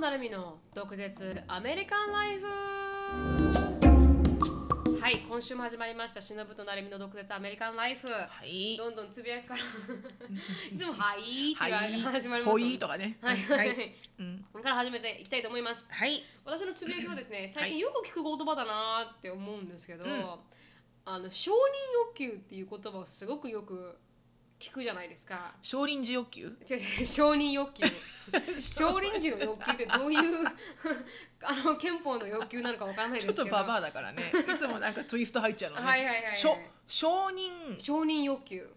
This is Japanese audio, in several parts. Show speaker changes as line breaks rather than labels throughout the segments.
なるみの独舌アメリカンライフはい今週も始まりましたしのぶとなるみの独舌アメリカンライフ
はい。
どんどんつぶや くからいつも「はい」って
はい。
言われ始まります
ほいとかね。
はい、は、
はいい。うん。
これから始めていきたいと思います
はい。
私のつぶやきはですね
は
最近
い
よく聞く言葉だなーって思うんですけど、
うん
あの承認欲求っていう言葉をすごくよく聞くじゃないですか
少林寺欲求。
違う違う承認欲求少林寺の欲求ってどういう あの憲法の欲求なのかわからないです
ち
けど
ょっとババ
ア
アだからね。いつもなんかツイスト入っちゃうの
はい
ね。
はいはいはい
しょ、承認。
承認欲求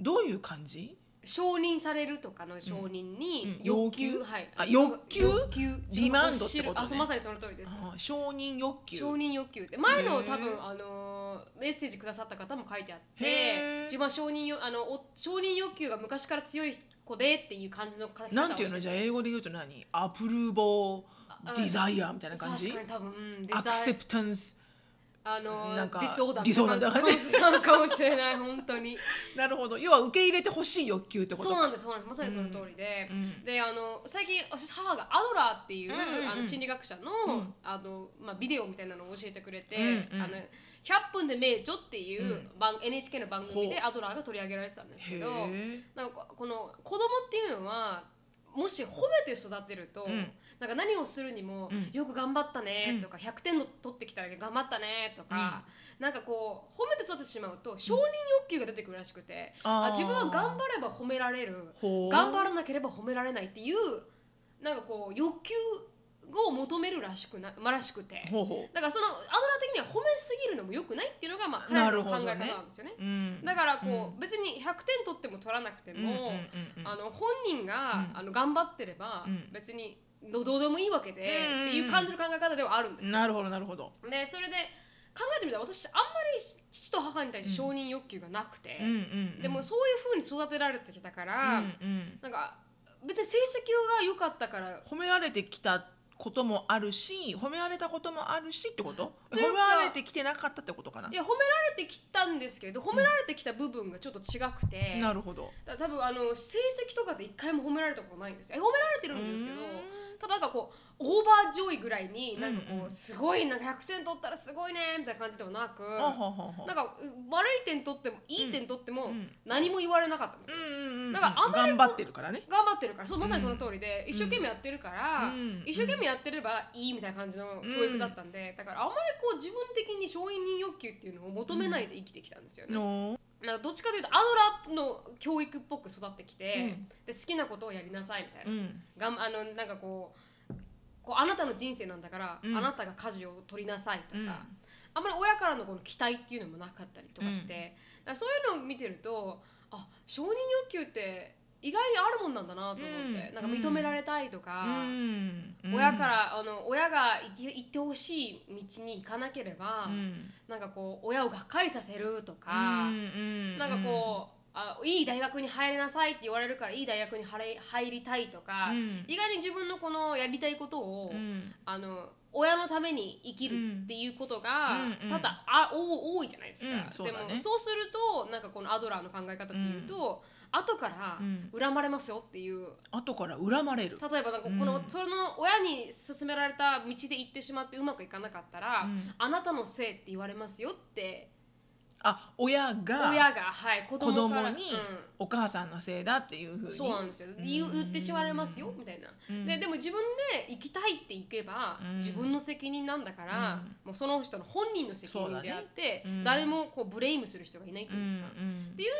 どういう感じ。
承認されるとかの承認に
うん
欲求,、
要求
はい
あ欲求
欲求
ディマンドってことね
あそうまさにその通りです
あー承認欲求。
承認欲求って前の
へー
多分あのーメッセージくださった方も書いてあっ
へ
て
ー
自分は承認よあのお承認欲求が昔から強い子でっていう感じの書き方をして
なんていうのじゃあ英語で言うと何？アプルーボー
あ
デザイアみたいな感じ
確。かに多分、うん、デ
ア
ザ
ク
イ
セ
ン
プタンス。
あのー
なんか
ディスオーダー
ディスオー
み
ダー
たいな感じなのかもしれない本当 に
なるほど。要は受け入れてほしい欲求ってこと
そ
か。
うなんですそうなんですまさにその通りで、
うん。
であの最近私母がアドラーっていう,、
うんうんうん
あの心理学者の,、
うん
あのまあ、ビデオみたいなのを教えてくれて「
うんうん
あの100分で名著」っていう、
うん
番 NHK の番組で
ほ
アドラーが取り上げられてたんですけ
へ
ど
え。
なんかここの子供っていうのはもし褒めて育てると、
うん
なんか何をするにも、
うん
よく頑張ったね」とか、100点の取ってきたら頑張ったね」とか、なんかこう褒めて育ててしまうと承認欲求が出てくるらしくて、あ自分は頑張れば褒められる。
ほう
頑張らなければ褒められないっていうなんかこう欲求を求めるらしくな、まあ、らしくて
ほうほ
だからそのアドラー的には褒めすぎるのも良くないっていうのがまあ彼
な
ら
る
の
ほ
考
ど
え
ね
方なんですよね
う。うん
だからこう、
う
別に100点取っても取らなくて
うんうんうん
も、
うん
あの本人が、
うん
あの頑張ってれば、
うん
別にどどうでもいいわけで、
うんうんうん
っていう感じの考え方ではあるんですよ
なるほどなるほど。
でそれで考えてみたら私あんまり父と母に対して承認欲求がなくて、
うんうんうん
でもそういう風に育てられてきたから、
うんうん
なんか別に成績が良かったから
褒められてきたこともあるし褒められたこともあるしってこと
と
褒
い
め
うから
れてきてなかったってことかない
や褒められてきたんですけど褒められてきた部分がちょっと違くて、
なるほど
だ多分あの成績とかで一回も褒められたことないんですよえ褒められてるんですけどただなんかこうオーバージョイぐらいになんかこう、
うんうん
すごいなんか100点取ったらすごいねみたいな感じでもなく、
あははは
なんか悪い点取ってもいい点取っても
うん
何も言われなかったんですよ、な
な
んかあんまり
頑張ってるからね
頑張ってるからそうまさにその通りで、
うん
一生懸命やってるから、
うん
一生懸命やってればいいみたいな感じの教育だったんで、だからあまりこう自分的に承認欲求っていうのを求めないで生きてきたんですよね、
の
なんかどっちかというとアドラーの教育っぽく育ってきて、
うん
で好きなことをやりなさいみたいな、
うん
がんあのなんかこうこうあなたの人生なんだから、
うん
あなたが家事を取りなさいとか、
うん
あんまり親からのこの期待っていうのもなかったりとかして、だからそういうのを見てるとあ承認欲求って意外にあるもんなんだなと思って、
うん
なんか認められたいとか、
うんうん
親からあの親が行き行ってほしい道に行かなければ、
うん
なんかこう親をがっかりさせるとか。
うんうん
なんかこう、あいい大学に入れなさいって言われるからいい大学に入れ入りたいとか、
うん
意外に自分のこのやりたいことを、
うん
あの親のために生きるっていうことが、
うん
ただあお多いじゃないですか、
うんそうだね
でもそうするとなんかこのアドラーの考え方っていうと、後から
うん
恨まれますよっていう
後から恨まれる
例えばなんかこ
うん
の、その親に勧められた道で行ってしまってうまくいかなかったら、
うん
あなたのせいって言われますよって
あ親
親
が
が、はい、子
子
供から
供に
うん
お母さんのせいだっていうふうに
そうなんですよ言う言ってしまいますよ
うん
みたいな、
うん
ででも自分で行きたいって行けば、
うん
自分の責任なんだから、
うん
もうその人の本人の責任であって、
そうだねうん
誰もこうブレイムする人がいないっていうんですか、
うんうん
っていう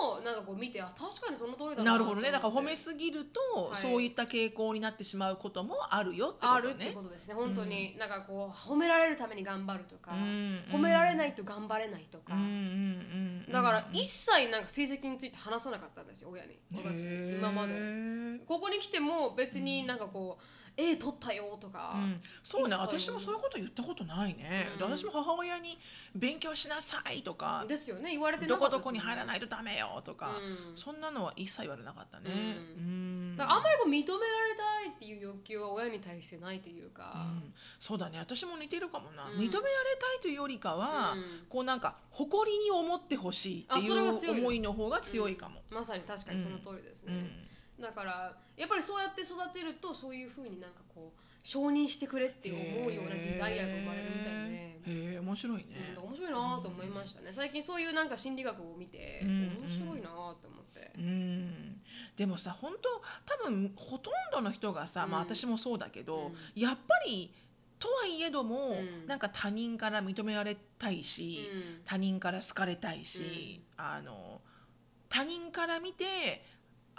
のをなんかこう見てあ確かにその通りだ
な
と
る
思って
ほどねだから褒めすぎると、
はい
そういった傾向になってしまうこともあるよって
あ
こ
る
と
って
ね
こ。とですね本当に、なんかこう褒められるために頑張るとか、
うん
褒められないと頑張れないとか、
うんうんうん
だから一切なんか成績について話さなかったんですよ親に私
へー
今まで。ここに来ても別になんかこう「え取ったよ」とか、
うんそう
一
ね
切
私もそういうこと言ったことないね、
うん
で私も母親に「勉強しなさい」とか
ですよね言われ
「
て
ど
なか
こ
った
どこに入ら
い
ないとダメよ」とか、
うん、
そんなのは一切言われなかったね。
う
うん
だからあんまりこう認められたいっていう欲求は親に対してないというか、
うんそうだね私も似てるかもな、
うん
認められたいというよりかは、
うん
こうなんか誇りに思ってほしいって
あそれは強い
い
で
う
す
思いの方が強いかも。
まさに確かにその通りですね、
うん
だからやっぱりそうやって育てるとそういうふうになんかこう承認してくれって思うようなデザイアが生まれるみたいで、ね
へえへえ面白いね、
うん、面白いなと思いましたね最近そういうなんか心理学を見て、
うん
面白いなと思って、
うんでもさ本当多分ほとんどの人がさ、まあ、
うん
私もそうだけど、
う
やっぱりとはいえども、
うん
なんか他人から認められたいし、
うん
他人から好かれたいし、あの他人から見て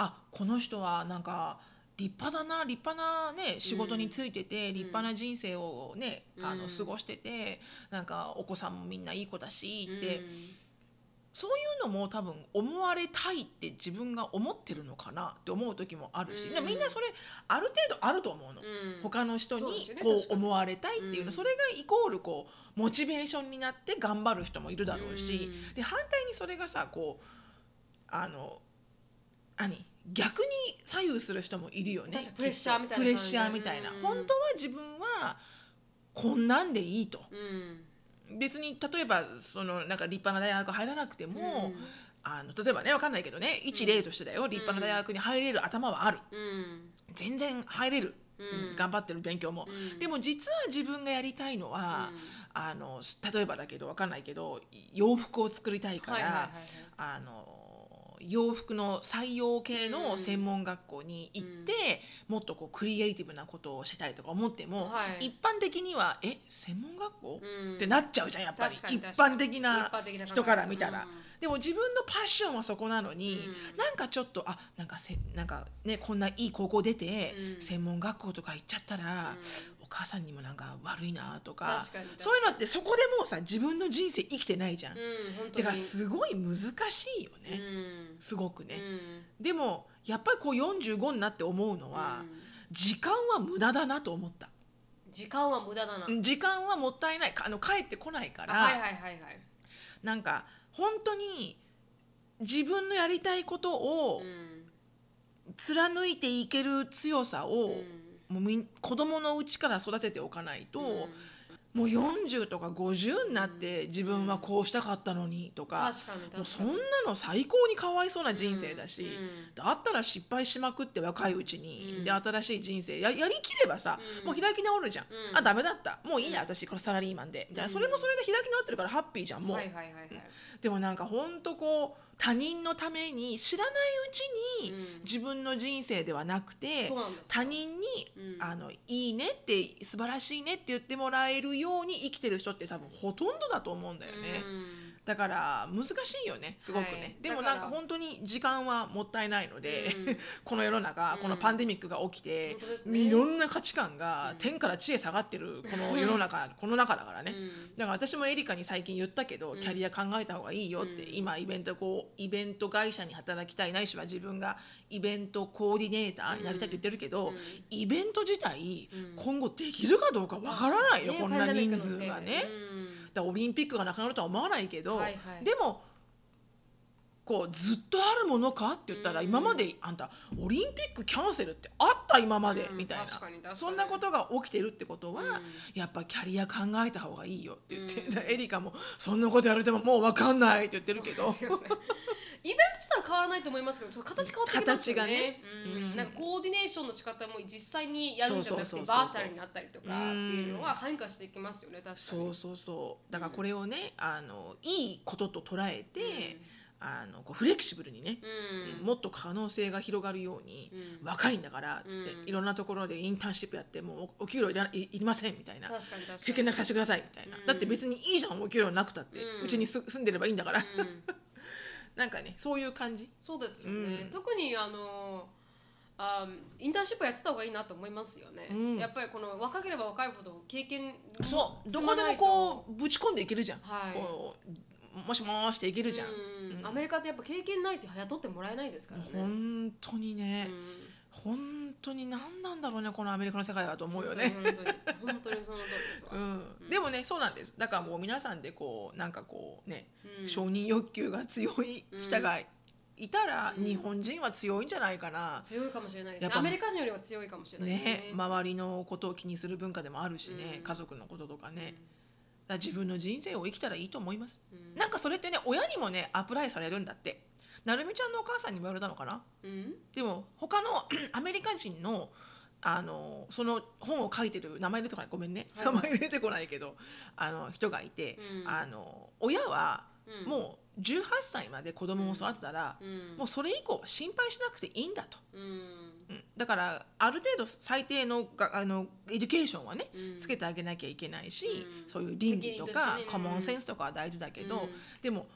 あこの人はなんか立派だな立派な、ね、仕事についてて、立派な人生を、ねあの
うん
過ごしててなんかお子さんもみんないい子だしって。
うん
そういうのも多分思われたいって自分が思ってるのかなって思う時もあるし、
うん
でもみんなそれある程度あると思うの、
うん
他の人
そうです
に
よね
こ
確
う
かに
思われたいっていうの、
うん
それがイコールこうモチベーションになって頑張る人もいるだろうし、
うん
で反対にそれがさこうあの何逆に左右する人もいるよね
確かにプレッシャーみたいな感じ
プレッシャーみたいな、
うん
本当は自分はこんなんでいいと
うん
別に例えばそのなんか立派な大学入らなくても、
ん
あの例えばね分かんないけどね一例としてだよ、立派な大学に入れる頭はある
うん
全然入れる、
うん
頑張ってる勉強も、
うん
でも実は自分がやりたいのは、あのす例えばだけど分かんないけど洋服を作りたいから、
はいはいはいはい
あの洋服の採用系の専門学校に行って、もっとこうクリエイティブなことをしたいとか思っても、
はい
一般的には「え専門学校
うん
ってなっちゃうじゃんやっぱり
確かに
一
確かに
般的な
一般的な考え
人から見たら。
うん
でも自分のパッションはそこなのに、
うん
なんかちょっとあなんかせなんかねこんないい高校出て、
うん
専門学校とか行っちゃったら、
う
お母さんにもなんか悪いなとか
確かに
そういうのってそこでもうさ自分の人生生きてないじゃん。
うん本当に
てかすごい難しいよ
う
ね、
ん
すごくね。
うん
でもやっぱりこう45になって思うのは、
うん
時間は無駄だなと思った。
時間は無駄だな
時間はもったいないかあの帰ってこないから、
あはいはいはいはい
なんか本当に自分のやりたいことを
うん
貫いていける強さを、
うん
もうみん子供のうちから育てておかないと、
うん
もう40とか50になって自分はこうしたかったのにとか,、
確かに確かに
もうそんなの最高にかわいそうな人生だし、
うん
だったら失敗しまくって若いうちに、
うん
で新しい人生ややりきればさ、
うん
もう開き直るじゃん、
うん
あダメだったもういいや、
うん
私これサラリーマンでみたいな、
うん
それもそれで開き直ってるからハッピーじゃんもう、
はいはいはいはい
でもなんかほんとこう他人のために知らないうちに、
うん
自分の人生ではなくて
そうなんですよ
他人に、
うん
あのいいねって素晴らしいねって言ってもらえるように生きてる人って多分ほとんどだと思うんだよね、
うん
だから難しいよねすごくね、
はい
でも
だから
なんか本当に時間はもったいないので、
うん
この世の中、
うん
このパンデミックが起きて
本当です、ね
いろんな価値観が
うん
天から地へ下がってるこの世の中、この中だからね、
うん
だから私もエリカに最近言ったけど、
うん
キャリア考えた方がいいよって、
うん
今イベントこうイベント会社に働きたいないしは自分がイベントコーディネーターになりたいって言ってるけど、
うん
イベント自体、
うん
今後できるかどうかわからないよ、
ね
こんな
パンデミッ
人
クの
数
せいで
がね。だからオリンピックがなくなるとは思わないけど、
はいはい
でもこうずっとあるものかって言ったら、
うん
今まであんたオリンピックキャンセルってあった今まで、
うん
みたい
確かに確か
な
に
そんなことが起きてるってことは、
うん
やっぱキャリア考えた方がいいよって言って、
うん
だからエリカも「そんなことやられてももう分かんない」って言ってるけど
そうですよね イベント自体は変わらないと思いますけどちょっと形変わってきますよね
形がね
うん
うん
なんかコーディネーションの仕方も実際にやるんじゃなく
そう
て
そうそうそう
バーチャルになったりとかっていうのは変化していきますよね確かに
そうそうそうだからこれをねあのいいことと捉えて、あのこうフレキシブルにね、
うん
もっと可能性が広がるように、
うん
若いんだからつって、
うん
いろんなところでインターンシップやってもうおお給料いらないいりませんみたいな
確かに確かに
経験なくさせてくださいみたいな、
うん
だって別にいいじゃんお給料なくたって
うん
うち、にす住んでればいいんだから、
うん
なんかねそういう感じ
そうですよね、
うん
特にあのあインターンシップやってた方がいいなと思いますよね、
うん
やっぱりこの若ければ若いほど経験
そうどこでもこうぶち込んでいけるじゃん、
はい
こうもしもーしていけるじゃん、
うん
うん
アメリカってやっぱ経験ないと雇ってもらえないですからね、
本当にね、
うん
本当に何なんだろうねこのアメリカの世界はと思うよね、
本当に本当に本当にその通りですわ、
うん、でもねそうなんですだからもう皆さんでこうなんかこうね、
うん
承認欲求が強い人がいたら、
うん
日本人は強いんじゃないかな、
強いかもしれないです
やっ
ね
ぱ
アメリカ人よりは強いかもしれないですね
ね周りのことを気にする文化でもあるしね、
うん
家族のこととかね、だから自分の人生を生きたらいいと思います、
うん
なんかそれってね親にもねアプライされるんだってなるみちゃんのお母さんにも言われたのかな
うん
でも他の アメリカ人のあのその本を書いてる名前出てこないごめんね、
はい
名前出てこないけどあの人がいて、
うん
あの親は
うん
もう18歳まで子供を育てたら、
うん
もうそれ以降は心配しなくていいんだと、
うん
うんだからある程度最低のがあのエデュケーションはね
うん
つけてあげなきゃいけないし、
うん
そういう倫理と
責任とし
か
てね
コモンセンスとかは大事だけど、
うん
でも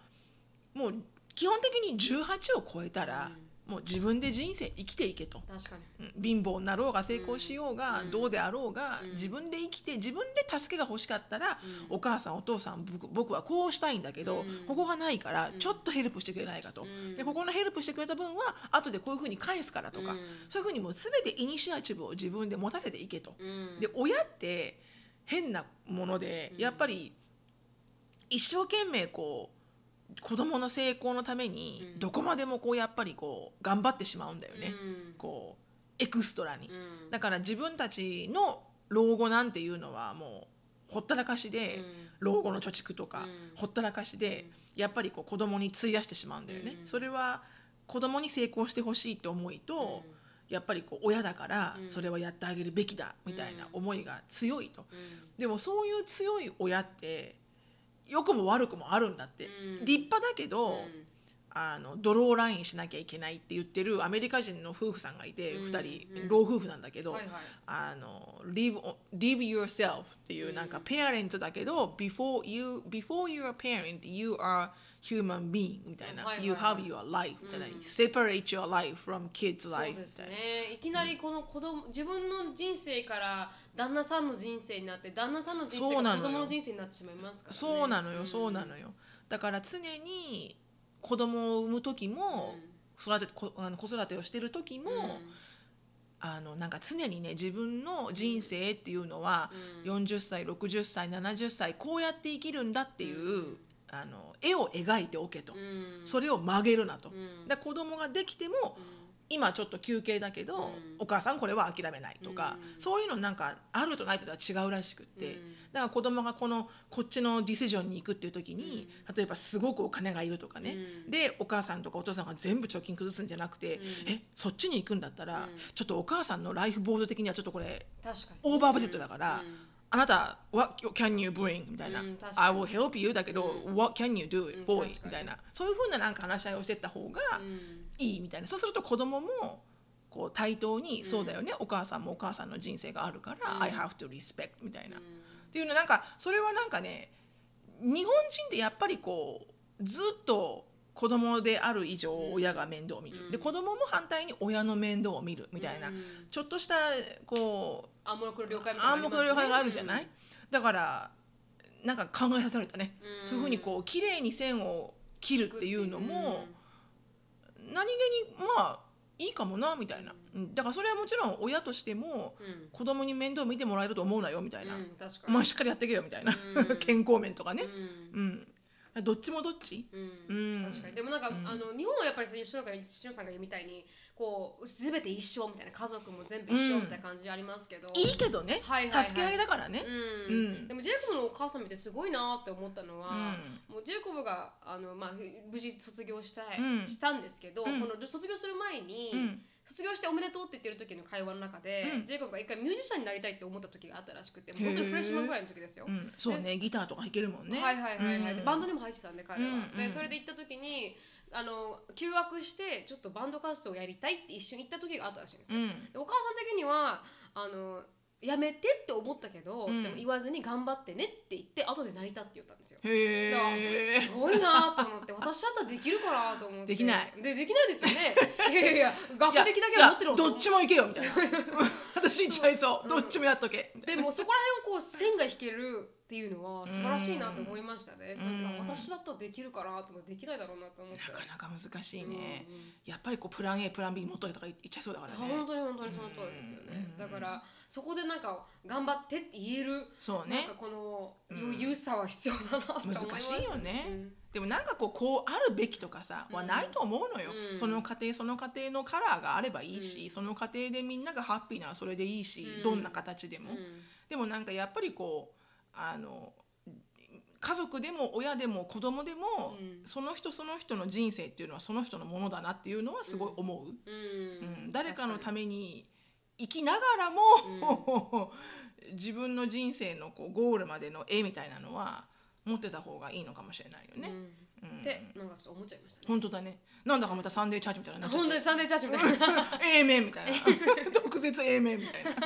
もう基本的に18を超えたら、もう自分で人生生きていけと、
確かに
うん貧乏になろうが成功しようが、
うん
どうであろうが、
うん
自分で生きて自分で助けが欲しかったら、
うん
お母さんお父さん僕僕はこうしたいんだけど、
うん
ここがないから
うん
ちょっとヘルプしてくれないかと、
うん
でここのヘルプしてくれた分は後でこういうふうに返すからとか、
うん
そういうふうにもう全てイニシアチブを自分で持たせていけと。
うん
で親って変なもので、
うん
やっぱり一生懸命こう子供の成功のために
うん
どこまでもこうやっぱりこう頑張ってしまうんだよね、
うん
こうエクストラに、
うん
だから自分たちの老後なんていうのはもうほったらかしで、
うん
老後の貯蓄とか、
うん
ほったらかしで、やっぱりこう子供に費やしてしまうんだよね、
うん
それは子供に成功してほしいって思いと、やっぱりこう親だから
うん
それはやってあげるべきだみたいな思いが強いと、
うんうん
でもそういう強い親って良くも悪くもあるんだって、
うん
立派だけど、
うん
あのドローラインしなきゃいけないって言ってるアメリカ人の夫婦さんがいて、
うん
2人、
うん
老夫婦なんだけど、
はいはい
あの live, live yourself っていうなんか
うん
ペアレントだけど、before you before you're a parent you are human being みたいな、
はいはい
you
は
have
い
your life みたいな、
うん
separate your life from
そ
kids
う
life み
です
たいな。
ねいきなりこの子供自分の人生から旦那さんの人生になって旦那さんの人
そ
生
うな
が
のよ
子供の人生になってしまいますからね
そうなのよ、
ん
そうなのよだから常に子供を産む時も、育てこあの子育てをしてる時も、
うん
あのなんか常にね自分の人生っていうのは、
うんうん
40歳60歳70歳こうやって生きるんだっていう、あの絵を描いておけと、
うん
それを曲げるなと。
うん
だから子供ができても
うん
今ちょっと休憩だけど、
うん
お母さんこれは諦めないとか、
うん
そういうのなんかあるとないとでは違うらしくって、
うん
だから子供がこのこっちのディシジョンに行くっていう時に、例えばすごくお金がいるとかね、
うん
でお母さんとかお父さんが全部貯金崩すんじゃなくて、
うん
えそっちに行くんだったら、
うん
ちょっとお母さんのライフボード的にはちょっとこれ
確かに
オーバーバジェットだから、
うん
あなた What can you bring? みたいな、
うん確か
I
に
will help you だけど、What can you do
うん
for
確か
it?
に
みたいなそういうふうななんか話し合いをしてった方が
うん
いいみたいな、そうすると子供もこう対等に、そうだよねお母さんもお母さんの人生があるから、
うん
I have to respect みたいな、
うん
っていうのなんかそれはなんかね日本人ってやっぱりこうずっと子供である以上
うん
親が面倒を見る、
うん
で子供も反対に親の面倒を見るみたいな、
うん
ちょっとしたこう
暗黙の了解みたいな
暗
のありますね
黙の了解があるじゃない、だからなんか考えさせられたね、
うん
そういうふうにこう綺麗に線を切るっていうのも、何気にまあいいかもなみたいな、うんだからそれはもちろん親としても
うんうん
子供に面倒見てもらえると思うなよみたいな、
うん確かに
まあしっかりやってけよみたいな、
うん
健康面とかね
う、ん
うんどっちもどっち、
うん
うん
確かにでもなんか、
うん
あの日本はやっぱり吉野さんが吉野さんが言うみたいにこう全て一緒みたいな家族も全部一緒みたいな感じありますけど、
いいけどね、
はいはいはい
助け合いだからね、
うん
うん
でもジェイコブのお母さん見てすごいなって思ったのは、
う
もうジェイコブがあの、まあ、無事卒業したい、
うん
したんですけど、
うん
この卒業する前に、
うん
卒業しておめでとうって言ってる時の会話の中で、
うん
ジェイコブが一回ミュージシャンになりたいって思った時があったらしくてもう本当にフレッシュマンぐらいの時ですよ。
うんそうねギターとか弾けるもんね
はいはいはいはい、で
うん
バンドにも入ってたんで彼は、
うんう
で
ん
それで行った時にあの休学してちょっとバンド活動をやりたいって一瞬行った時があったらしいんです
う
よ、
ん
でお母さん的にはあのやめてって思ったけど、
うん
でも言わずに頑張ってねって言って後で泣いたって言ったんですよ
へ
だ
え
からすごいなと思って私だったらできるかなと思って
できない
でできないですよねいやいやいや学歴だけは持ってる
いやどっち
も
も行けよみたいな 私行っちゃいそう、
うん
どっちもやっとけみたい
で
な
もそこら辺をこう線が引けるっていうのは素晴らしいなと思いましたね、それであ
うん
私だったらできるかなと思ってできないだろうなと思って
なかなか難しいね、
うんうん
やっぱりこうプラン A プラン B 持っとけとか言っちゃいそうだから
あ本
ね
当に本当にその通りですよね、
うん
だからそこでなんか頑張ってって言える、
そう
なん
ね
かこの
うん
余裕さは必要だなと思いま
難
す
しいよね、
うん
でもなんかこうこうあるべきとかさ、は
うん
ないと思うのよ、
うん
その家庭その家庭のカラーがあればいいし、
うん
その家庭でみんながハッピーならそれでいいし、
うん
どんな形でも、
うん
でもなんかやっぱりこうあの家族でも親でも子供でも、
うん
その人その人の人生っていうのはその人のものだなっていうのはすごい思
う
う、うん
ん、
誰かのた
に
めに生きながらも、 自分の人生のこうゴールまでの絵みたいなのは持ってた方がいいのかもしれないよね。うん
ってなんかちょっと思っちゃいましたね。
本当だね。なんだかまたサンデーチャージみたいになっちゃっ
本当にサンデーチャージみ たいな。
た。A 面みたいな。 毒舌 A 面みたいな。ま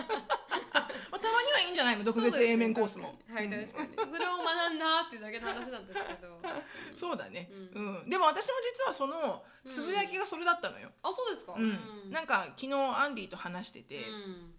あ、たまにはいいんじゃないの毒舌 A 面コースも。
はい、確かに。それを学んだっていうだけの話なんですけど。
そうだね、
う
うんでも私も実はそのつぶやきがそれだったのよ。
あ、そうですか。
うんなんか昨日アンディと話してて、
う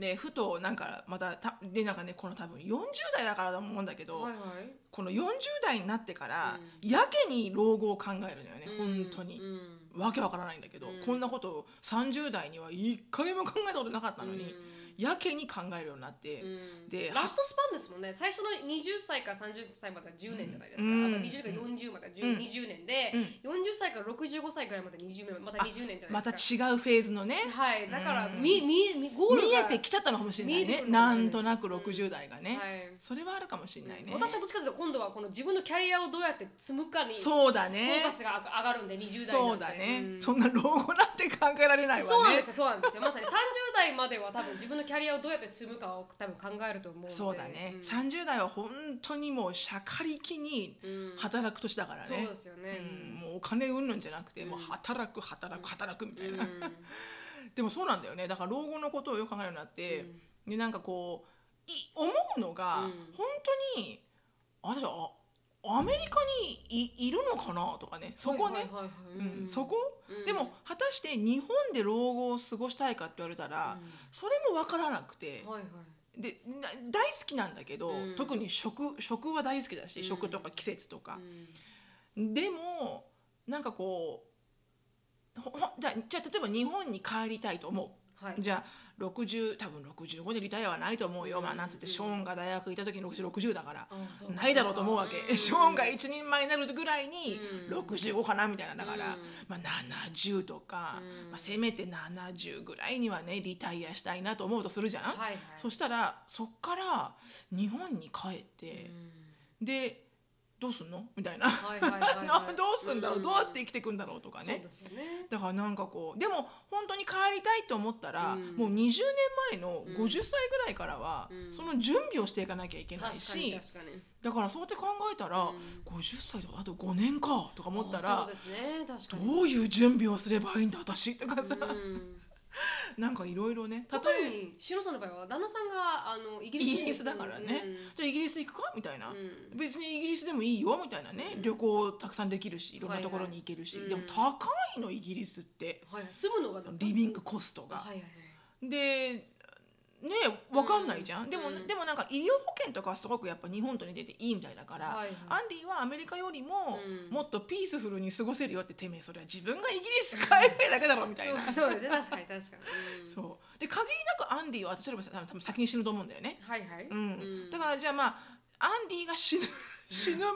でふとなんかまたたでなんかねこの多分40代だからだと思うんだけど、
ん、はいはい。
この40代になってから、
う
やけに老後を考えるのよね、
うん
本当に
う。ん
わけわからないんだけど、
うん
こんなことを30代には一回も考えたことなかったのに、やけに考えるようになって、
うん
で
ラストスパンですもんね最初の20歳から30歳までは10年じゃないですか、
うん
まあ、20から40までは10、
うん
20年で、40歳から65歳ぐらいまで20年また20年じゃない
また
で
違う
すか
フェーズのね
はいだから、
うん
みみみゴール
見え
が
てきちゃったのかもしれない
見えて
ね
くるかも
な
しれない
んとなく60代がね、
はい
それはあるかもしれないね、
私はどっちかというと今度はこの自分のキャリアをどうやって積むかにフォ
そうだね
ーカスが上がるんで20代
そ
な
うん
て
だね、
うん
そんな老後なんて考えられないわね
そうなんですよそうなんですよまさに30代までは多分自分のキャリアをどうやって積むかを多分考えると思うので
そうだね、
ん
30代は本当にもうしゃかりきに
うん
働く年だから
そ
ね、
うですよね、
うんもうお金うんぬんじゃなくて、
うん
もう働く働く働くみたいな、
うん
でもそうなんだよねだから老後のことをよく考えるようになって、でなんかこうい思うのが、
うん
本当に私はあアメリカにいいるのかなとかねそこ
は
ね、
いはいはいはい
うんそこ、
うん
でも果たして日本で老後を過ごしたいかって言われたら、
う
それも分からなくて
ん、はいはい
でな大好きなんだけど、
うん
特に食食は大好きだし、
うん
食とか季節とか
う、ん
でもなんかこうほほじゃあじゃあ例えば日本に帰りたいと思う
はい
じゃあ60多分65でリタイアはないと思うよ、
うん
まあなんつってショーンが大学いた時に60 60だから、
あそうか
ないだろうと思うわけ、
ん
ショーンが一人前になるぐらいに
うん
65かなみたいなだから、
うん
まあ、70とか、
うん
まあ、せめて70ぐらいにはねリタイアしたいなと思うとするじゃん、
はいはい
そしたらそっから日本に帰って
う、ん
でどうすんのみたいな、
はいはい はいはい
どうすんだろう、どうやって生きていくんだろうとかね。
そうですよね
だからなんかこうでも本当に帰りたいと思ったら、
うん
もう20年前の
うん
50歳ぐらいからは、
うん
その準備をしていかなきゃいけない
確か
し
に確かに
だからそうやって考えたら、
うん
50歳とかあと5年かとか思った
あ
ら
そうですね確かに
どういう準備をすればいいんだ私とかさ、
うん
なんかいろいろね例
特
えば
にしのさんの場合は旦那さんがあのイギリス
イギリスだからねじゃあイギリス行くかみたいな
う、んうん
別にイギリスでもいいよみたいなね、
うん
旅行たくさんできるしいろんなところに行けるし、
はい
で
はい
も
うん
高いのイギリスって
はいはい住むのがですか
リビングコストが。
はいはいはい
でねわかんないじゃん、
うん
でも、
うん
でもなんか医療保険とかはすごくやっぱ日本と似てていいみたいだから、
はいはい
アンディはアメリカよりも、
うん
もっとピースフルに過ごせるよっててめえそれは自分がイギリス帰るだけだろみたいな。
そうそうですね確かに 確かにうん
そうで限りなくアンディは私よりも多分多分先に死ぬと思うんだよね、
はいはい
うんだからじゃあまあアンディが死ぬ死ぬま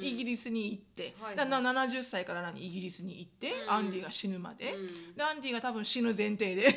でイギ
リ
リスに行って、
はいはい
だから70歳から何イギリスに行って、
うん
アンディが死ぬまで、
うん
でアンディが多分死ぬ前提で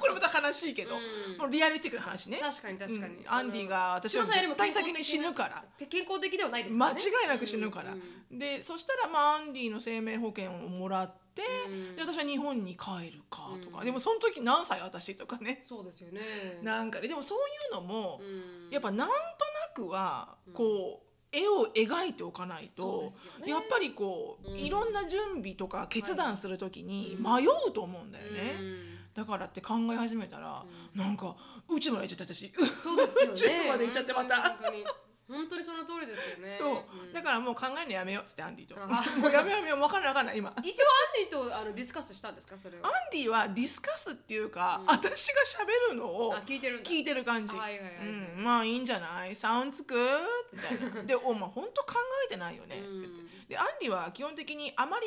これまた悲しいけど、
うん
もうリアリスティックな話ね
確かに確かに
うんアンディが私よ
よ
りも
りも
絶対先に死ぬから
健康的ではないです
間
か
違
らね
いなく死ぬから、
うん
でそしたらまあアンディの生命保険をもらって、
うん
で私は日本に帰るかとか、
うん
でもその時何歳私とかね
そうですよね
なんかねでもそういうのも、
うん
やっぱなんとなくは
うん
こう、絵を描いておかない
そう
と
で。すよね
やっぱりこう、
うん
いろんな準備とか決断する時に
は
迷
いう
と思うんだよね、
うん
だからって考え始めたら、
う
なんかうちまで行っちゃった私
そうですよね
中国まで行っちゃってまた
本当に本当にその通りですよね
そうだ
ら
からもう考えるのやめようっつってアンディと
あ
「もうやめようやめよう分かんない分かんない今」アン
一応アンディとあのディスカスしたんですかそれをあ
ディはディスカスっていうか、
うん
私が喋るのを
聞いてるんだ
聞いてる感じ、
はいはいはい
うん、まあいいんじゃないサウンズグーみ たいなでお前ほんと考えてないよね、
うん
でアンディは基本的にあまり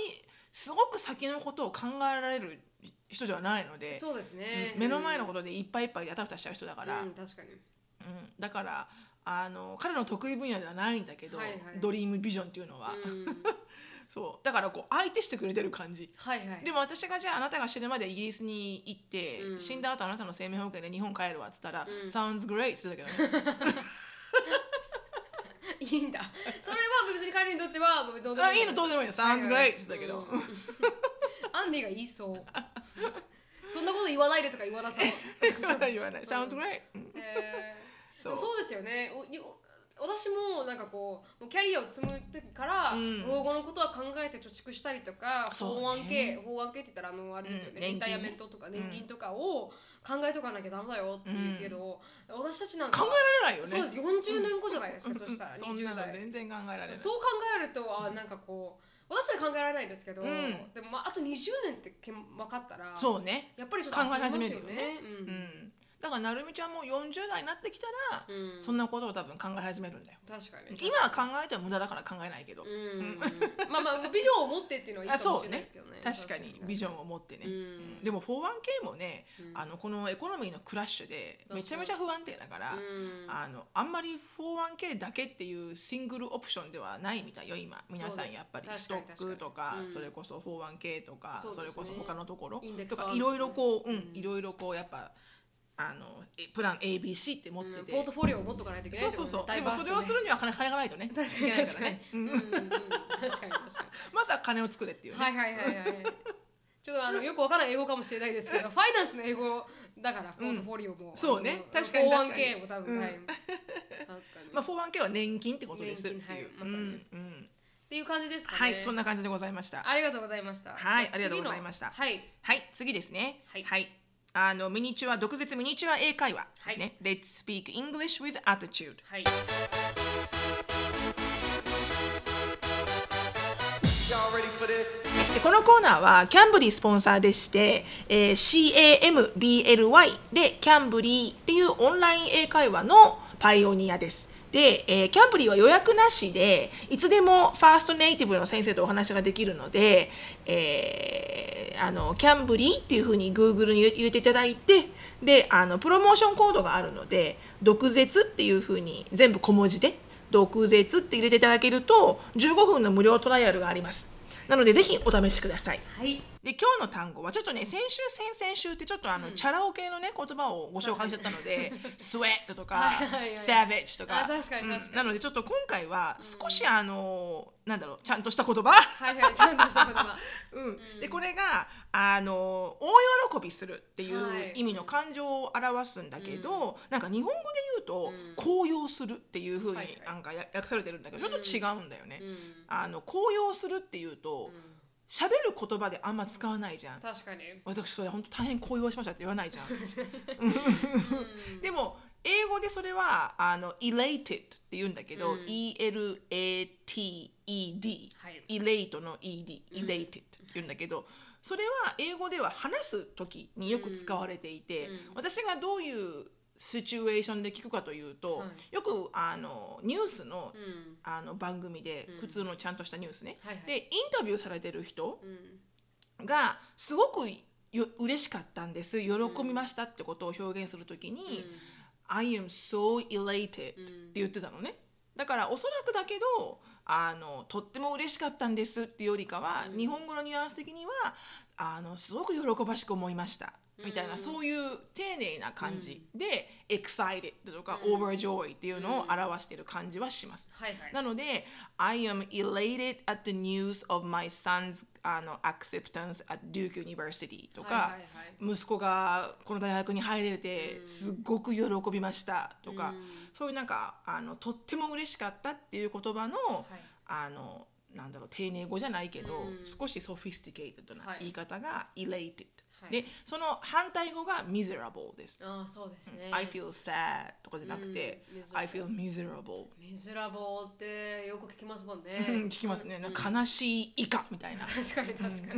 すごく先のことを考えられる人ではないので、
そうですね
うん目の前のこととでいっぱいいっぱいであたふたしちゃう人だか、
からら確かに
うん、だからあの彼の得意分野ではないんだけど、
はいはい
ドリームビジョンっていうのは、
うん
そうだからこう相手してくれてる感じ、
はいはい
でも私がじゃああなたが死ぬまでイギリスに行って、
うん
死んだ後あなたの生命保険で日本帰るわっつったら「
うん
Sounds great」するんだけどね
イ いいんだそれは別に彼にとってはもうどうでも
あいいのどうでもいいよ sounds great って言ったけど、
うんアンディが言いそうそんなこと言わないでとか言わなそう、
言わない sounds great うん
えー
そう
そうですよねおにお私もなんかこうもうキャリアを積む時から、
うん
老後のことは考えて貯蓄したりとか、
そうね
401k401k って言ったらあのあれですよね、
うん
リ
年金ね
タイアメントとか年金とかを考えとかなきゃダメだよって言うけど、私たちなんか
考えられないよ
そう
ね
です40年後じゃないですか、そしたら
そんな
20
の
代
全然考えられない
そう考えるとあなんかこう私は考えられないですけど、
うん
でも、まあ、あと20年ってけ分かったら
そうね
やっぱりちょっと焦りますよね
考え始めるよね
う
うんんだからなるみちゃんも40代になってきたら
うん
そんなことを多分考え始めるんだよ
確かに
今は考えても無駄だから考えないけど
うん、まあまあビジョンを持ってっていうのはいいかもしれないですけどね。
確かにビジョンを持ってね
うん
うんでも 401k もね
うん
あのこのエコノミーのクラッシュでめちゃめちゃ不安定だから
うん
あのあんまり 401k だけっていうシングルオプションではないみたいよ今皆さ
そうんね
やっぱり
確
ス
か
ト
に
ックと
確
か
かにうん
それこそ 401k とか
そうです
そ
ね
れこそ他のところ
インデックス
と
ファ
か
ンド
いろいろこうう
うん
んいろいろこうやっぱあのえプラン ABC って持って
ポー
て
トフォリオを持っとかないといけない
そう
って
そ
こ
う
とねダイ
そうでも
バーシ
そ
テ
れ
ィ
はするには金金がないとね
確か
い
に
けない
確
ら
かに
ね。
うんうんうん確かに確か
まずは金を作れってい
に。
うね
はいはいはいはい。ちょっとあのよくわからない英語かもしれないですけど、ファイナンスの英語だからポートフォリオも。
そうね
あの
確かに確かに
401k も多分、
うん
はい確かに、
まあ、401k は年金ってことですって
年
いう
金はいま
う
さに
んうん
っていう感じですかね。
はいそんな感じでございました
ありがとうございました。
はい
じゃ
ありがとうございました
次のはい。
はい次ですね
はい
あのミニチュア毒舌ミニチュア英会話ですね、Let's speak English with attitude
はい。
Y'all ready for this?
でこのコーナーはキャンブリースポンサーでして、えー CAMBLY でキャンブリーっていうオンライン英会話のパイオニアです。で、えーキャンブリーは予約なしでいつでもファーストネイティブの先生とお話ができるので、えーあのキャンブリーっていうふうに Google に入れていただいてであのプロモーションコードがあるので毒舌っていうふうに全部小文字で毒舌って入れていただけると15分の無料トライアルがあります。なのでぜひお試しください。
はい。
で今日の単語はちょっとね先週先々週ってちょっとあの、チャラ男系のね言葉をご紹介しちゃったので「スウェット」とか
はいはいはい
「サーベージ」と
あ
か
確かに確かに
うんなのでちょっと今回は少しあの、なんだろうちゃんとした言葉、
はいはい。ちゃんとした言葉。
うん、でこれがあの大喜びするっていう
はい
意味の感情を表すんだけど、なんか日本語で言う
う
と
ん
「高揚する」っていうふう
はい
に
はい
なんかや訳されてるんだけどちょっと違うんだよ ね。
うん
あの高揚するっていうと
うん
喋る言葉であんま使わないじゃん。
確かに。
私それ本当大変高揚しましたって言わない じゃん
うん
でも英語でそれはあの elated って言うんだけど、
うんは
ELATED、
い。
elate の ED
うん
elated って言うんだけど、それは英語では話す時によく使われていて、
うんうん
私がどういうシチュエーションで聞くかというと、
は
よくあのニュースの,、
うん。
あの番組で
うん
普通のちゃんとしたニュースね、
はいはい。
でインタビューされてる人、
うん、
がすごくよ嬉しかったんです喜びましたってことを表現するときに「I am so elated」って言ってたのねだからおそらくだけどあのとっても嬉しかったんですっていうよりかは、
うん
日本語のニュアンス的にはあのすごく喜ばしく思いましたみたいな、
うん
そういう丁寧な感じで「excited」とか「
うん
overjoyed」っていうのを表してる感じはします。
はいはい。
なので、I am elated at the news of my son's あの acceptance at Duke University とか、
はいはいはい
息子がこの大学に入れて
うん
すっごく喜びましたとか、
うん
そういうなんかあのとっても嬉しかったっていう言葉の、
はい
あのなんだろう丁寧語じゃないけど、
うん
少しソフィスティケイテッドな
はい
言い方が elated、
はい
でその反対語が miserable です。
ああ、そうですね。
I feel sad とかじゃなくて、
うん
I feel miserable
ミズラボーってよく聞きますもんね。
うん聞きますね、なんか悲しい以下みたいな、
確かに確か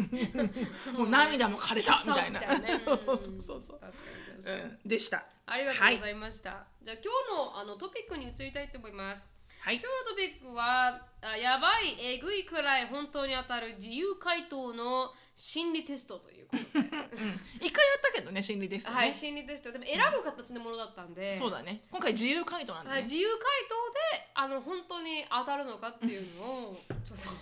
に。
もう涙も枯れたみたいな、
そうみたいなね
そうそうそうそうそ
確
う、
かに確か
う
に。
ん、でした。
ありがとうございました。じゃあ今日のあのトピックに移りたいと思います。
はい
今、日のトピックはあやばいえぐいくらい本当に当たる自由回答の心理テストということで、
一回やったけどね心理テストね、
はい心理テストでも選ぶ形のものだったんで、
そうだね今回自由回答なんだ
は
ね、
い、自由回答であの本当に当たるのかっていうのをちょっと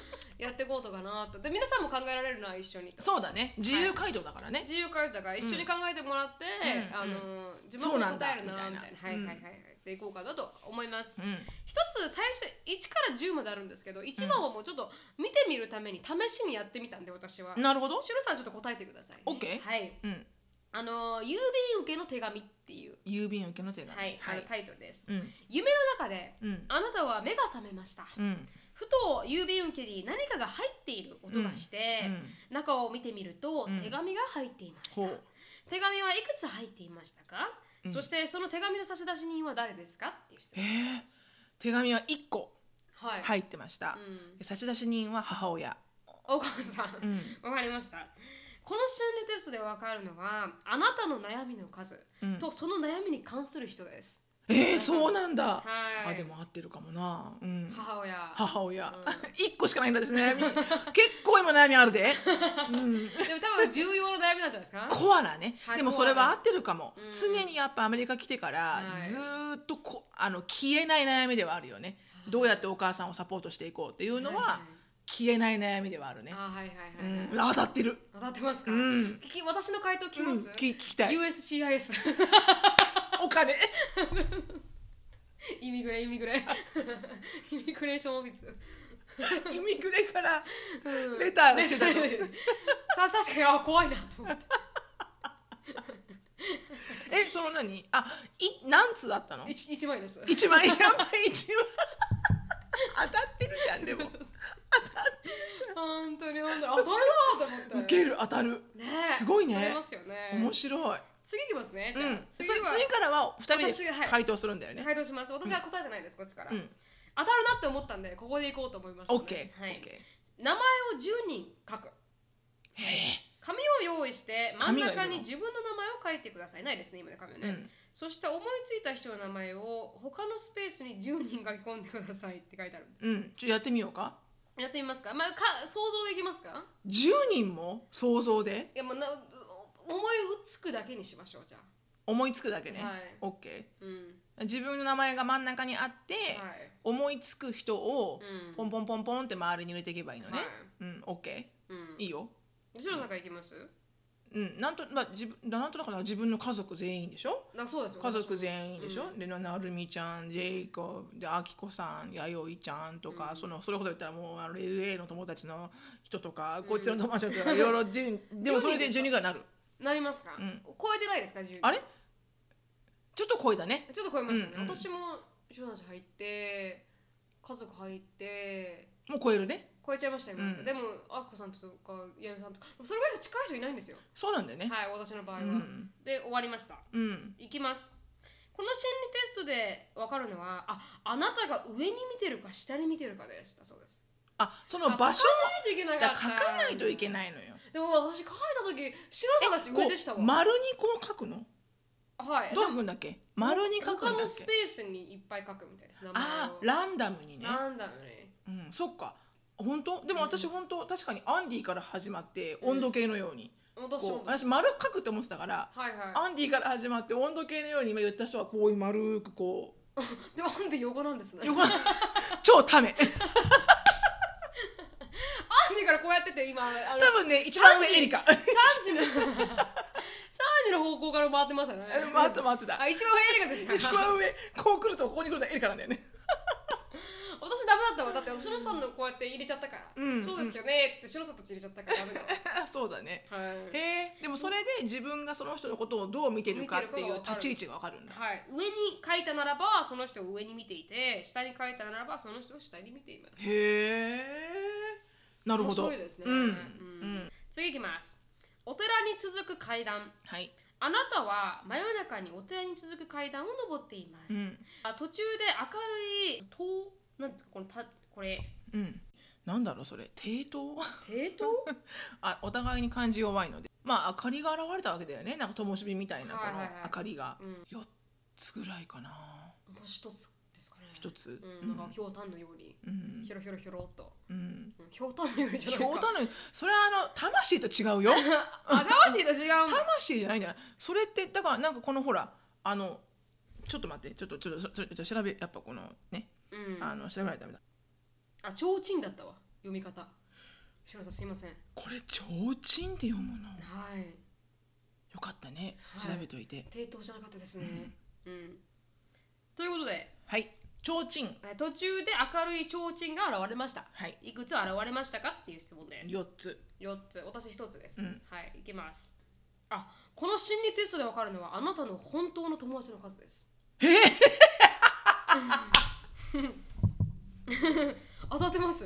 やっていこうとかなとで皆さんも考えられるのは一緒にと
そうだね自由回答だからね、
自由回答だから一緒に考えてもらって、
うん
あの
うん
自分で答える
そう
な
なんだ
み
み
た
た
い
い
な
な
はいはいはいはい、っていこうかなと思います
うん
一つ最初1から10まであるんですけど1番はもうちょっと見てみるために試しにやってみたんで私は
なるほど
シロさんちょっと答えてください、ね
OK
はい
うん
あのー郵便受けの手紙っていう、
郵便受けの手紙
はいあ
は
の
い
タイトルです、
うん
夢の中で
うん
あなたは目が覚めました、
うん
ふと郵便受けに何かが入っている音がして、
うん
中を見てみると、
うん
手紙が入っていました
ほう
手紙はいくつ入っていましたか、
うん
そしてその手紙の差出人は誰ですかっていう質問です、
手紙は一個
はい、
入ってました
うん、
差出人は母親
大川さん
うん
わかりました。この心理テストでわかるのはあなたの悩みの数
うん
とその悩みに関する人です。
えーそうなんだ
はい。
あでも合ってるかもなうん
母親。
母親
うん
一個しかないんだ私悩み結構今悩みあ るでう
で
ん
も多分重要な悩みなんじゃないですか。
コアなね
はい
でもそれ
コア
は
な
合ってるかも
うん
常にやっぱアメリカ来てから
はい
ずーっとこあの消えない悩みではあるよねどうやってお母さんをサポートしていこうっていうのは消えない悩みではあるね
あはいはいは
う
いはい
ん。当たってる
当たってますか。
うん
聞き私の回答聞き
うん
ます。
聞聞きたい
USCIS
お金
イミグレイミグレ イミグレーションオフィス。
イミグレから
うん
レターが来てた の
レターさあ確かにあ怖いなと思って。
えその何あい何通あったの
一一枚です。
一万やばい一万当たってるじゃんでも
そうそうそう本当に本当にあ当たるなと思っ
受
て
ける当たる
ね
すごいね
ありますよね
面白い
次いきますね
う
じゃあ、
んそ
次
れ
は
次からは二人
私
で
がはい
回答するんだよね
回答します私は答えてないです、こっちから、
うん
当たるなって思ったんでここでいこうと思いました、
オ
ね、
ッケー
は
オ
い
ッ、ケ
名前を10人書く
ーへ
紙を用意して真ん
紙がいるの
中に自分の名前を書いてくださいないですね今の紙は
えう
ね、
ん
そして思いついた人の名前を他のスペースに10人書き込んでくださいって書いてあるんです、
うんちょっとやってみようか
やってみますか,、まあ、か想像できますか
十人も想像で
いやもうな思いつくだけにしましょうじゃあ
思いつくだけね
はい
オッケ
うん
ー自分の名前が真ん中にあって
はい
思いつく人を
うん
ポンポンポンポンって周りに入れていけばいいのね
はい
うんオッケ
うん
ーいいよ
後ろさんからいきます
うん、なんと、まあ、自分、なんとなくな自分の家族全員でしょ
なんかそうですよ
家族全員でしょ、
う
で、なるみちゃん、ジェイコブ、で、あきこさん、やよいちゃんとか、
うん
その、それほど言ったら、もう、あの、LA の友達の人とか、こっちの友達の人と か、いろいろ、じゅん、でも、それで
ジュ
12
ニ
がなる。
なりますか、
うん
超えてないですか自由
あれちょっと声だね。
ちょっと超えましたね、
うんうん
私も後ろさん入って家族入って
もう超えるね。
超えちゃいましたよ、
うん
でもあっこさんとかやゆさんとかそれぐらいしか近い人いないんですよ
そうなんだよね。
はい私の場合は、
うん。
で終わりました
うん。
いきますこの心理テストで分かるのはああなたが上に見てるか下に見てるかでしたそうです
あ、その場所
書かないといけな
も、
か
だ
っ
から
た
書かないといけ
い
ないのよ。
でも私書いた時白さんたち上でした
こ
わ
う丸にこう書くの
はい
どう書くんだっけ丸に書く
他
んだ
の
っ
ス
け
ペースにいっぱい書くみたいです名前を
あー、ランダムにね。
ランダムに
うん、そっか本当でも私本当、確かにアンディから始まって
うん
温度計のように、
私
こ
も
う私丸書くって思ってたから、
はいは
アンディから始まって温度計のように今言った人はこういう丸くこ
いでもなんで横なんですね
う横 超ため
アンディからこうやってて今あのあの
多分ね一番上エリカ
3時の3時の方向から回ってますよね
待って待ってた
あ一番上エリカです
一
か
番上こう来るとここに来るとエリカなんだよね
私ダメだったわだって後ろさんのこうやって入れちゃったから、
うん
そうですよねって後ろさんたち入れちゃったからダメだわ
そうだね
はい、
へえでもそれで自分がその人のことをどう見てるかってい
見て
う
るかが分かる
立ち位置が分かるんだ
はい、上に書いたならばその人を上に見ていて下に書いたならばその人を下に見ています
へえなるほど
面白いですね、
うん、う
うんん次いきますお寺に続く階段
はい、
あなたは真夜中にお寺に続く階段を登っています、
うん
あ途中で明るい塔なんですかこのたこれ
うん、なんだろうそれ低頭
帝塔
あお互いに感じ弱いのでまあ明かりが現れたわけだよねなんか灯火みたいなこ
はい
の
はいはい
明かりが
うん
4つぐらいかな
私一つですかね
1つ
うん、なんかひょうたんのように
うん
ひょろひょろひょろっと
うん
うんひょうたんのようにじゃない
ひ
か
ょうたんのそれはあの魂と違 うよ
あ魂と違う
魂じゃないんじゃないそれってだからなんかこのほらあのちょっと待ってちょっとちょっとそそれちょっと調べやっぱこのね、
うん
あ
あ
の調べないとダメだ
ちょうちんだったわ読み方白さんすいませんは
これ提灯って読むの
い
よかったね
はい
調べといて、
帝塔じゃなかったですねうんということで、
はい提灯
えー途中で明るい提灯が現れました。
はい
いくつ現れましたかっていう質問です。
4つ
4つ、私1つです。
うん
はい、いきます。あ、この心理テストでわかるのはあなたの本当の友達の数です。当たってます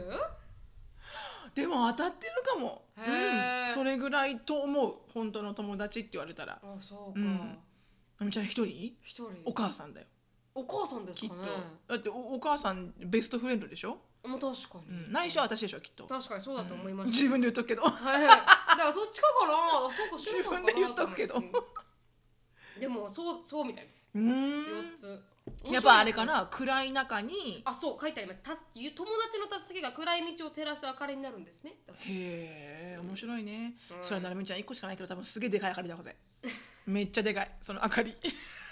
でも当たってるかも、
へー
うん、それぐらいと思う本当の友達って言われたら
あ、そうか。
うんあみちゃん一人
一、人
お母さんだよ
お母さんです
きっ
か
と、
ね。
だっておお母さんベストフレンドでしょ、
もう確か
う
に、
ん、ないしは私でしょきっと
確かにそうだと思いました。
自分で言っとくけど
はい、だからそっちかかな。そうか、しゅうさんかな
自分で言っとくけど
うんでも、そう、そうみたいです。
うーん
四つ。
やっぱあれか
面白いですね。
な暗い中に
あ、そう、書いてあります。た、友達の助けが暗い道を照らす明かりになるんですね。
へえ面白いね、
うん
それはなるみちゃん1個しかないけど多分すげえでかい明かりだこぜめっちゃでかいその明かり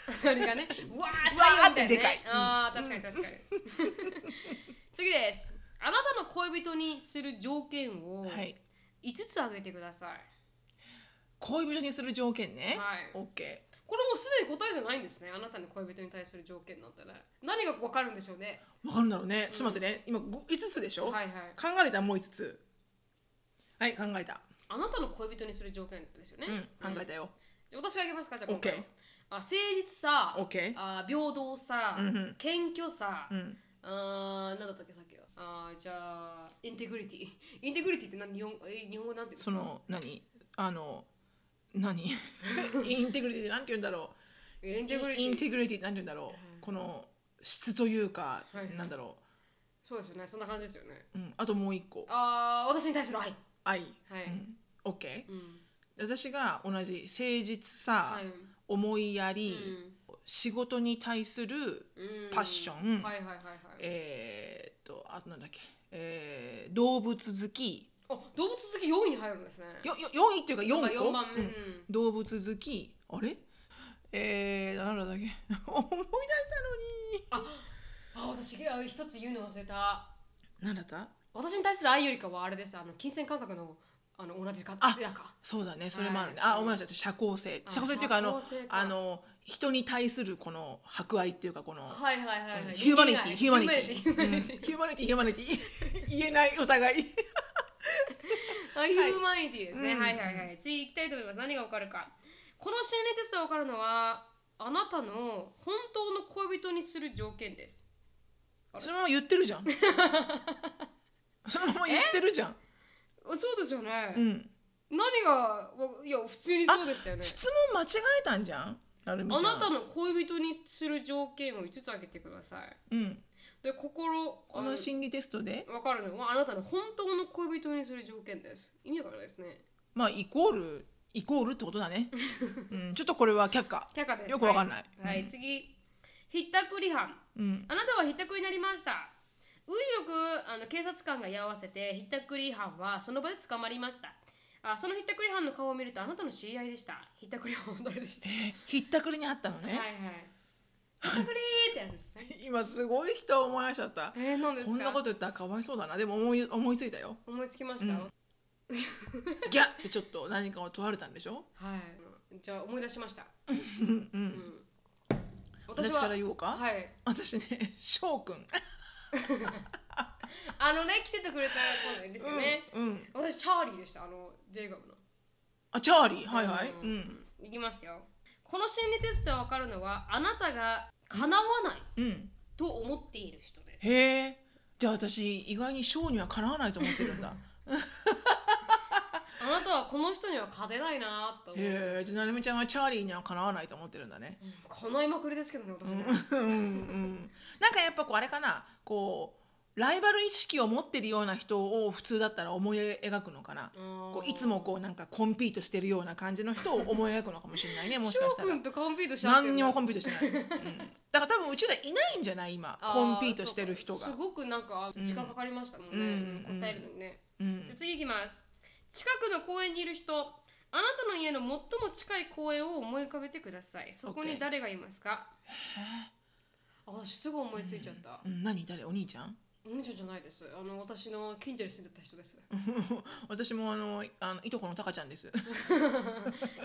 明かりがね。 うわー、
うわー
太陽みた
って
ね
でかいうん
ああ、確かに、確かに。 次です。あなたの恋人にする条件を
はい
五つ挙げてください。
恋人にする条件ね、
はい
オッケ
これもうすでに答えじゃないんですね。あなたの恋人に対する条件なんてね。何がわかるんでしょうね。
ーわかるんだろうねちょっと待ってね、今5つでしょ、
はいはい。
考えたもう5つはい考えた
あなたの恋人にする条件ですよね。
うん考え
て。
たよ、
私が挙げますかじゃあ今回は
OK
あ誠実さ、
OK
あ平等さ、
うんうん
謙虚さ、
うん
あーなんだったっけさっきは。あーじゃあインテグリティ。インテグリティって何日本え日本語なんていう
その何あの何 インテグリティって何て言うんだろ
イン
う
テグリテ
イン
ィ。
テグリティって何て言うんだろう、この質という
は
か、
いはい
なんだろ
そうですよね。そんな感じですよね。
う、うん、あともう一個
あー私に対する愛。
愛、
はい
うん、OK
うん。
私が同じ誠実さ、
はい。
思いや
う
り、
ん
仕事に対する、
うん
パッション
はいはいはいはい。
えーっとあとなんだっけ、えー動物好き
あ動物好き4位に入るんですね。
よよ4位っていうか4個
4番目。
う
うん
ん動物好きあれえー、なんだっけ 思い出したのに
あ私あ一つ言うの忘れた。
何だった
私に対する愛よりかはあれですあの金銭感覚のあの同じか
あ
なんか
そうだねそれもあるね、
はい
あ思い出した社交性
あ
社交性っていうかあ
社
の
交性か
あの人に対するこの博愛っていうかこの、
はいはいはいはい
ヒューマニティヒューマニティ
ヒューマニティ
うんヒューマニティ ヒューマニティ言えないお互い
あヒューマニティですね
うん
はいはいはい次行きたいと思います何が分かるかこの心理テストで分かるのはあなたの本当の恋人にする条件です
そのまま言って るじゃんそのまま言ってるじゃん、
あそうですよね、
うん、
何がわいや普通にそうでしたよね
質問間違えたんじゃんなるみちゃん
あなたの恋人にする条件を5つ挙げてください
うん、
で心
この心理テストで
わかるのはあなたの本当の恋人にする条件です。意味わからないですね。
まあイコールイコールってことだ ね、うん、ちょっとこれは却下
キャカです。
よくわかんない
はい、はい次。ひったくり犯。
うん
あなたはひったくりになりました。運よくあの警察官が居合わせてひったくり犯はその場で捕まりました。あそのひったくり犯の顔を見るとあなたの知り合いでした。ひったくり犯は誰でした、
ひったくりにあったの
はいは
ね、
い。ひったくりーってやつですね。
今すごい人を思い出しちゃった
えー、なんですか
こんなこと言ったらかわいそうだなでも思い思いつい たよ
思いつきました、
うんギャッってちょっと何かを問われたんでしょ、
はい。じゃあ思い出しました。
うんう、
うんん、
私
私は
から言おうか、
はい。
私ね 翔 くん
あのね、来ててくれた子ですよね。
うんうん、
私、チャーリーでした、あの、ジェイガブの。
あチャーリーはいはい、
う
うんん
いきますよ。この心理テストでわかるのは、あなたが叶わない
うん、
と思っている人です。
へえじゃあ私意外に翔にはかなわないと思ってる んだ
あなたはこの人には勝てないなと思う。
へえじゃあなるみちゃんはチャーリーにはかなわないと思ってるんだね
叶いまくりですけどね、私ね。
うんうんなんかやっぱこうあれかなこうライバル意識を持ってるような人を普通だったら思い描くのかなこ
こ
ういつもこうなんかコンピートしてるような感じの人を思い描くのかもしれないねもしかした
翔く
ら
んとコンピートしちゃって
何にもコン
ン
ピートしてない、うん、だから多分うちらいないんじゃない今コンピートしてる人が
すごくなんか、時間かかりましたもんね。
うん
答えるのにね。
うん
で次いきます。近くの公園にいる人、あなたの家の最も近い公園を思い浮かべてください。そこに
OK
誰がいますか、あ、私すぐ思いついちゃった
う。ん何誰お兄ちゃん
お兄ちゃんじゃないです。あの私の近所に住んでた人です。
私もあのあのいとこのタカちゃんです、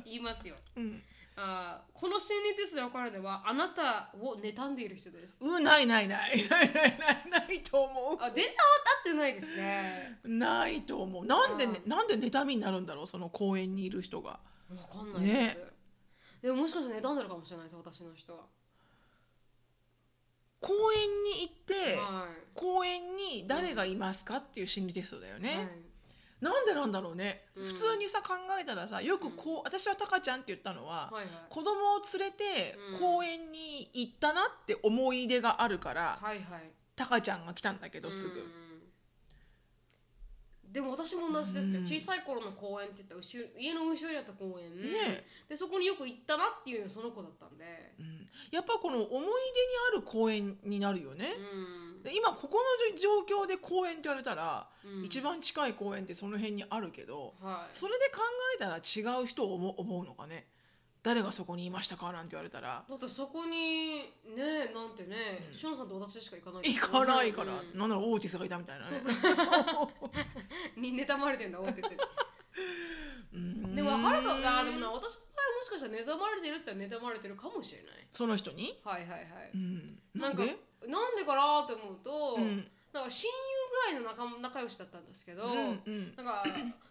言いますよ。
うん
あーこの心理テストで分かるのはあなたを妬んでいる人です
うんないないないないないないないと思
あ全然合ってないですね
うないと思うなんで、ね、
あ
なんで妬みになるんだろうその公園にいる人が
分かんないです、でももしかしたら妬んでるかもしれないです私の人は、
公園に行って、
はい
公園に誰がいますかっていう心理テストだよね、
はい
なんでなんだろうね、
うん
普通にさ考えたらさよくこう、私はタカちゃんって言ったのは、
はいはい
子供を連れて
うん
公園に行ったなって思い出があるから、
はいはい
タカちゃんが来たんだけどすぐ、
うんでも私も同じですよ、
うん
小さい頃の公園って言ったら後ろ家の後ろにあった公園、
ね
でそこによく行ったなっていうのはその子だったんで、
うんやっぱこの思い出にある公園になるよね
う、ん
で今ここの状況で公園って言われたら、
うん
一番近い公園ってその辺にあるけど
はい
それで考えたら違う人を思う思うのかね誰がそこにいましたかなんて言われたら
だってそこにねなんてね、
うん
しのさんと私しか行かない
行かないから、
うん
なんならオーティスがいたみたいなね
そうそうに妬まれてんだ思って すでも分かるかあーでもな
な
私の場合もしかしたら妬まれてるって言ったら妬まれてるかもしれない
その人に、
はいはいはい、
うん、
な
なんん
か
で
なんでかなって思うと、
うん
なんか親友ぐらいの仲仲良しだったんですけど、
うんうん、
なんか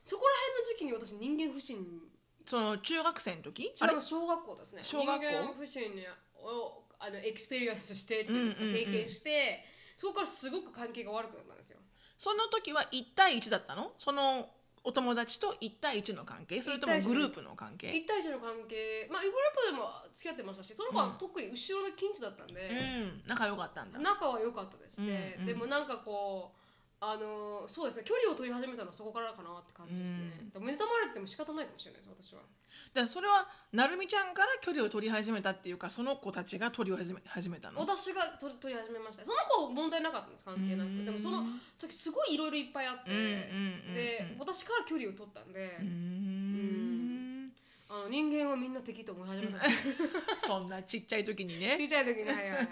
そこら辺の時期に私人間不信
その中学生の時あれ
違う小学校ですね
小学校
人間不信をあのエクスペリエンスしてっていうんですか、
うんうんうん
経験してそこからすごく関係が悪くなったんですよ
その時は1対1だったのそのお友達と1対1の関係それとも
一対一
グループの関係
一対一の関係まあグループでも付き合ってましたしその子は特に後ろの近所だったんで、
うん仲良かったんだ
仲は良かったですね、
うんうん
でもなんかこうあのそうですね距離を取り始めたのはそこからかなって感じですね、でも目覚まれても仕方ないかもしれないです私は
だからそれはなるみちゃんから距離を取り始めたっていうかその子たちが取り始め始めたの
私が取り取り始めましたその子問題なかったんです関係な
うん
くでもその時すごいいろいろいっぱいあって、
うんうんうんうん
で私から距離を取ったんで、
うーん
あの人間はみんな敵と思い始めたんで す
そんなちっちゃい時にね
小さい時に、はいはい、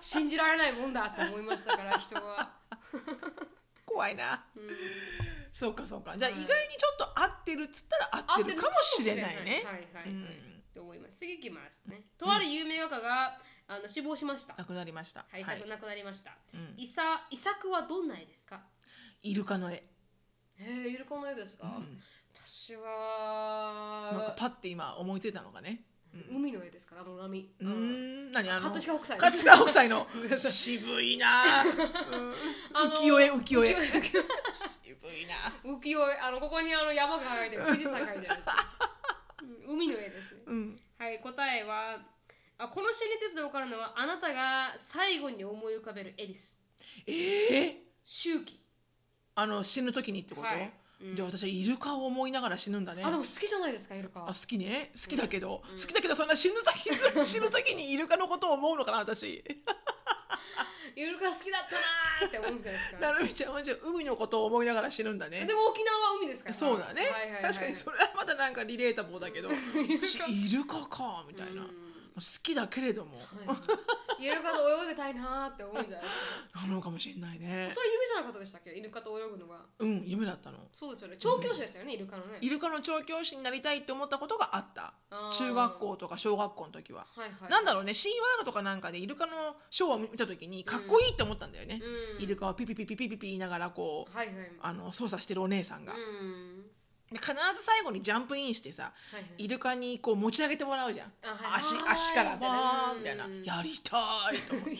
信じられないもんだって思いましたから人は、
怖いな
うん、
そうかそうかじゃあ意
はい
外にちょっと合ってるっつったら合ってるかもしれないね
はいはいはい、
うん
と思います次いきますねとある有名画家が、あの死亡しました
なくなりました
はい
は
作
い
亡くなりました、
うん
遺作遺作はどんな絵ですか
イルカの絵
へえイルカの絵ですか、
うん
私
なんか
は
パッて今思いついたのがねうん
海の絵ですからあの波
うーん何あの
葛飾北斎
葛飾北斎の渋いなあ
あの
浮世絵浮世絵
浮世
渋いな
浮世絵あのここにあの山が描いてる富士山が描いてるんですようん海の絵ですね
うん
はい答えはあこの心理テストで分かるのはあなたが最後に思い浮かべる絵です
ええ
周期
あの死ぬ時にってこと、
はいうん
じゃあ私はイルカを思いながら死ぬんだね
あでも好きじゃないですかイルカ
あ好きね好きだけど、
うん
好きだけどそんな死ぬ時 に死ぬ時にイルカのことを思うのかな私
イルカ好きだったなーって思うんじゃないですか
なるみちゃんはじゃあ海のことを思いながら死ぬんだね
でも沖縄は海ですから
そうだね、
はいはいはい、
確かにそれはまだなんかリレータボーだ けど私イルカかみたいな、
うん
好きだけれども、
はいイルカと泳いでたいなーって思うんじゃないですか
なのかもしれないね
それ夢じゃなかったでしたっけイルカと泳ぐのが
うん夢だったの
そうですよね調教師でしたよね、イルカのね
イルカの調教師になりたいって思ったことがあった
あー
中学校とか小学校の時は、
はいはい
なんだろうねシーワールドとかなんかでイルカのショーを見た時にかっこいいって思ったんだよね、
うん
イルカをピピピピピピピ言いながらこう
はいはい
あの操作してるお姉さんが、
う
で
ん
必ず最後にジャンプインしてさ
はいはい
イルカにこう持ち上げてもらうじゃん
あはい
足
はーい
足からバーン
みた
みた
い
い
な
な
うん
やりたいと思って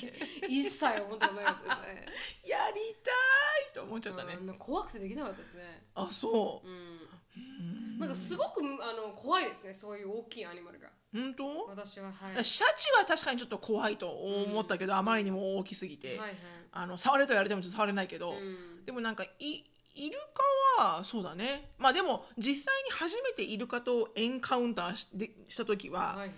一切思ってないですね
やりたいと 思っちゃったね
うん怖くてできなかったですね
あそ
うん
ううん
なんかすごくあの怖いですねそういう大きいアニマルが
本当
私ははい
シャチは確かにちょっと怖いと思ったけど、あまりにも大きすぎて、
はいはい
あの触れと言われてもちょっと触れないけど、
うん
でもなんかいイルカはそうだねまあでも実際に初めてイルカとエンカウンターしでした時は、
はいはい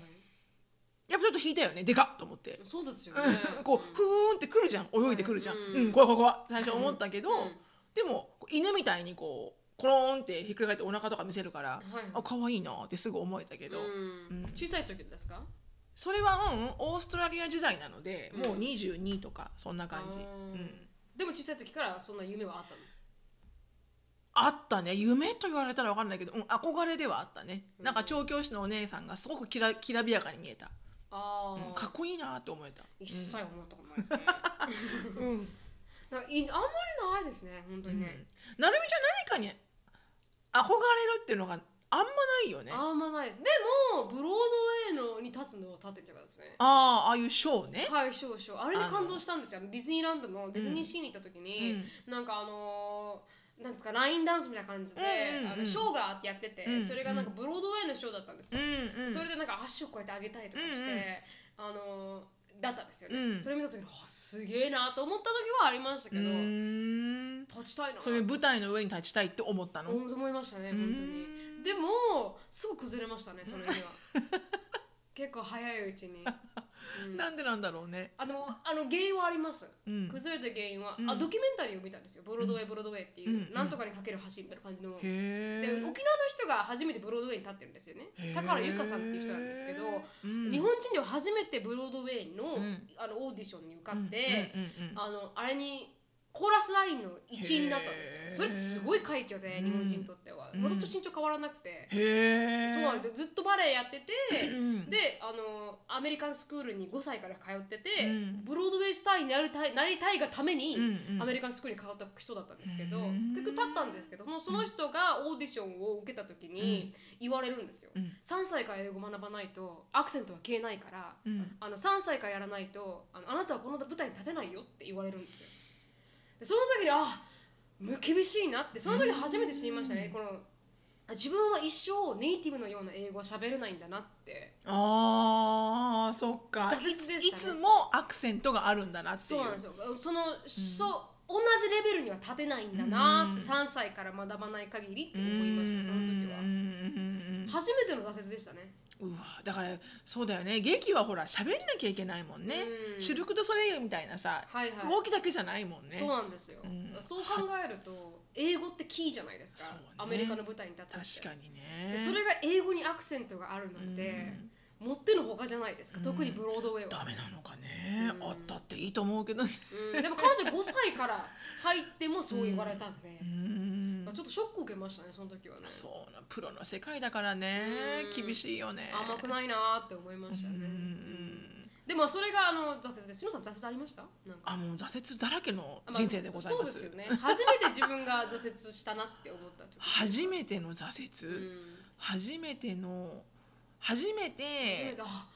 やっぱちょっと引いたよねでかっと思って、
そうですよね
うん こうふーんってくるじゃん泳いでくるじゃん、
う
うんん怖い怖い怖い最初思ったけど、
うん
でもこう犬みたいにこうコロンってひっくり返ってお腹とか見せるから、
はい
あ可愛いなってすぐ思えたけど、
うん小さい時ですか
それはうんオーストラリア時代なので、
うん
もう22とかそんな感じ、
あ
う
ー
ん、
でも小さい時からそんな夢はあったの
ああったね夢と言われたら分かんないけど、うん、憧れではあったねなんか調教師のお姉さんがすごくきらきらびやかに見えた、
あ
うん
あ、
かっこいいなと思えた
一切思ったことないですね
うん、うん
なんかいあんまりないですね本当にね、
なるみちゃん何かに憧れるっていうのがあんまないよねあ
あんまないですでもブロードウェイのに立つのは立ってみたからですね
あーああいうショーね、
はい少々あれで感動したんですよディズニーランドのディズニーシーに行った時に、
うん
なんかあのーなんですかラインダンスみたいな感じで、
うんうんうん
あのショーがやってて、
うんうん
それがなんかブロードウェイのショーだったんですよ、
うんうん、
それでなんか足をこうやって上げたりとかして、
うんうん
あのーだったんですよね、
うん
それ見た時にはあすげえなと思った時はありましたけ
う
ど、
ーん
立ちたいな
そういう舞台の上に立ちたいって思ったの、
思思いましたね本当
う
にでもすぐ崩れましたねそれには 結構早いうち に、うん
なんでなんだろうね、
あでもあの原因はあります
うん、
崩れた原因は、
うん
あドキュメンタリーを見たんですよブロードウェイブロードウェイっていう、
うん
なんとかにかける橋みたいな感じの
へえ
で沖縄の人が初めてブロードウェイに立ってるんですよね高原由香さんっていう人なんですけど、日本人では初めてブロードウェイの,、
うん
あのオーディションに受か
が
って、あのあれにコーラスラインの一員になったんですよ
へー
それってすごい快挙で
うん
日本人にとっては、
うん
私と身長変わらなくて、
へえ
そうなんですずっとバレエやってて、
うん
であのアメリカンスクールに5歳から通ってて、
うん
ブロードウェイスターになるたいなりたいがために、
うんうん
アメリカンスクールに通った人だったんですけど、
うん
結局立ったんですけどもうその人がオーディションを受けた時に言われるんですよ、
うん
3歳から英語学ばないとアクセントは消えないから
うん
あの3歳からやらないとあのあなたはこの舞台に立てないよって言われるんですよでその時にあむ厳しいなってその時初めて知りましたね、このあ自分は一生ネイティブのような英語は喋れないんだなって
あーそっか
挫折でしたね
いいつもアクセントがあるんだなってい
そう
う
なんですよその、そう同じレベルには立てないんだなって、
うん
3歳から学ばない限りって思いましたその時は
うんうんうん
初めての挫折でしたね
うんうわだからそうだよね劇はほら喋んなきゃいけないもんね
うん
シルク・ドゥ・ソレイユみたいなさ
はいはい
動きだけじゃないもんね
そうなんですよ、
うん
そう考えると英語ってキーじゃないですか、
そうね
アメリカの舞台に立つって
確かに
で
ね
それが英語にアクセントがあるなん
う
て
ん、
もってのほかじゃないですか、
うん
特にブロードウェイ
ダ
は、
メなのかね、
うん
あったっていいと思うけどね、
うん、でも彼女5歳から入ってもそう言われたんで、
うん
ちょっとショック受けましたねその時はね
そうなプロの世界だからね、
うん
厳しいよね
甘く
い
ないなーって思いましたね、でもそれがあの挫折ですしのさん挫折ありましたなんか
あもう挫折だらけの
あまあ
人生でございます,、
そうですよね初めて自分が挫折したなって思った時
初めての挫
う
折、
ん
初めての初
初
め
め
て
てあ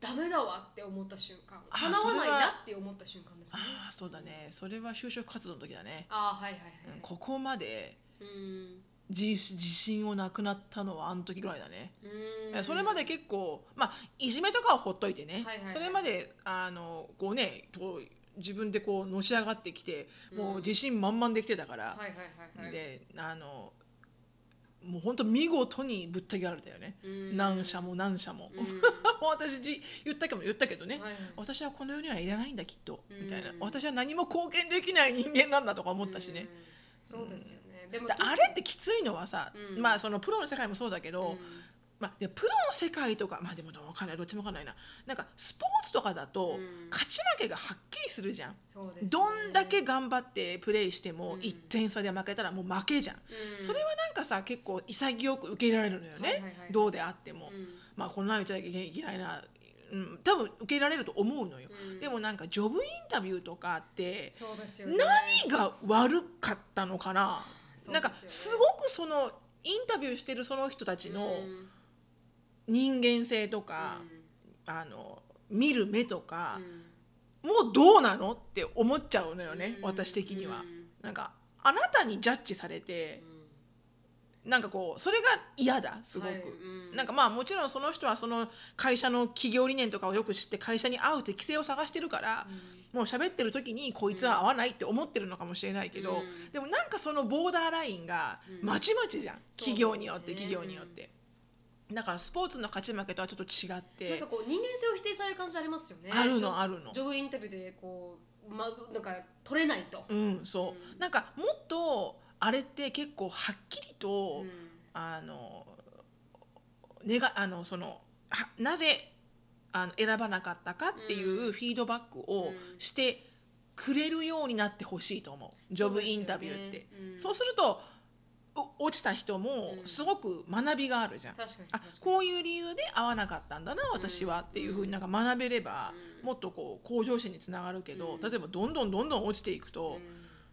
ダメだわって思った瞬間
あ
叶わない
それ
な
は
って思った瞬間ですね
ああそうだねそれは就職活動の時だね、
あーはいは
う
い
ん
はい
ここまで
うん
自自信をなくなったのはあの時ぐらいだね
うん
それまで結構、まあ、いじめとかはほっといてね、
はいはいはい
それまであのこう、ね、こう自分でこうのし上がってきてもう自信満々できてたから、
はいはいはいはい
であのもう本当見事にぶった切られたよね、
うん
何社も何社も、
う ん
もう私じ言ったけど言ったけどね、
はいはい
私はこの世にはいらないんだきっとみたいな、
うん
私は何も貢献できない人間なんだとか思ったしね、
うんそうですよねでも
であれってきついのはさ、
うん
まあそのプロの世界もそうだけど、
うん
まあ、でプロの世界とかまあでもどうかなどっちもわかんないななんかスポーツとかだと、
うん
勝ち負けがはっきりするじゃん、
そうですね
どんだけ頑張ってプレイしても
うん
1点差で負けたらもう負けじゃん、
うん
それはなんかさ結構潔く受け入れられるのよね、
はいはいはい
どうであっても、
うん
まあこんなの言っちゃいけないな、うん、多分受け入れられると思うのよ、
うん
でもなんかジョブインタビューとかって
そうですよね
何が悪かったのかな、
そうですよね
なんかすごくそのインタビューしてるその人たちの、
うん
人間性とか、
う
あの見る目とか
んう、ん
もうどうなのって思っちゃうのよね、
うん
私的には、
うん
なんかあなたにジャッジされて、なんかこうそれが嫌だすごく、
はいうん
なんかまあもちろんその人はその会社の企業理念とかをよく知って会社に合う適性を探してるから、もう喋ってる時にこいつは合わないって思ってるのかもしれないけど、
うん
でもなんかそのボーダーラインが
うん
まちまちじゃん、
そうですね
企業によって企業によって、だからスポーツの勝ち負けとはちょっと違って
なんかこう人間性を否定される感じありますよね
ある
ジョ
のあるの
ジョブインタビューでこうまなんか取れないと
うんそう、
うん
なんかもっとあれって結構はっきりと、
うん
あのねがあのそのはなぜあの選ばなかったかっていううフィードバックを
うん
してくれるようになってほしいと思う、ジョブインタビューって。そう,、
うん
するとお落ちた人も
うん
すごく学びがあるじゃん、
確かに
あ
確かに
こういう理由で合わなかったんだな私はっていうふうになんか学べれば
うん
もっとこう向上心につながるけど、
うん
例えばどんどんどんどん落ちていくと、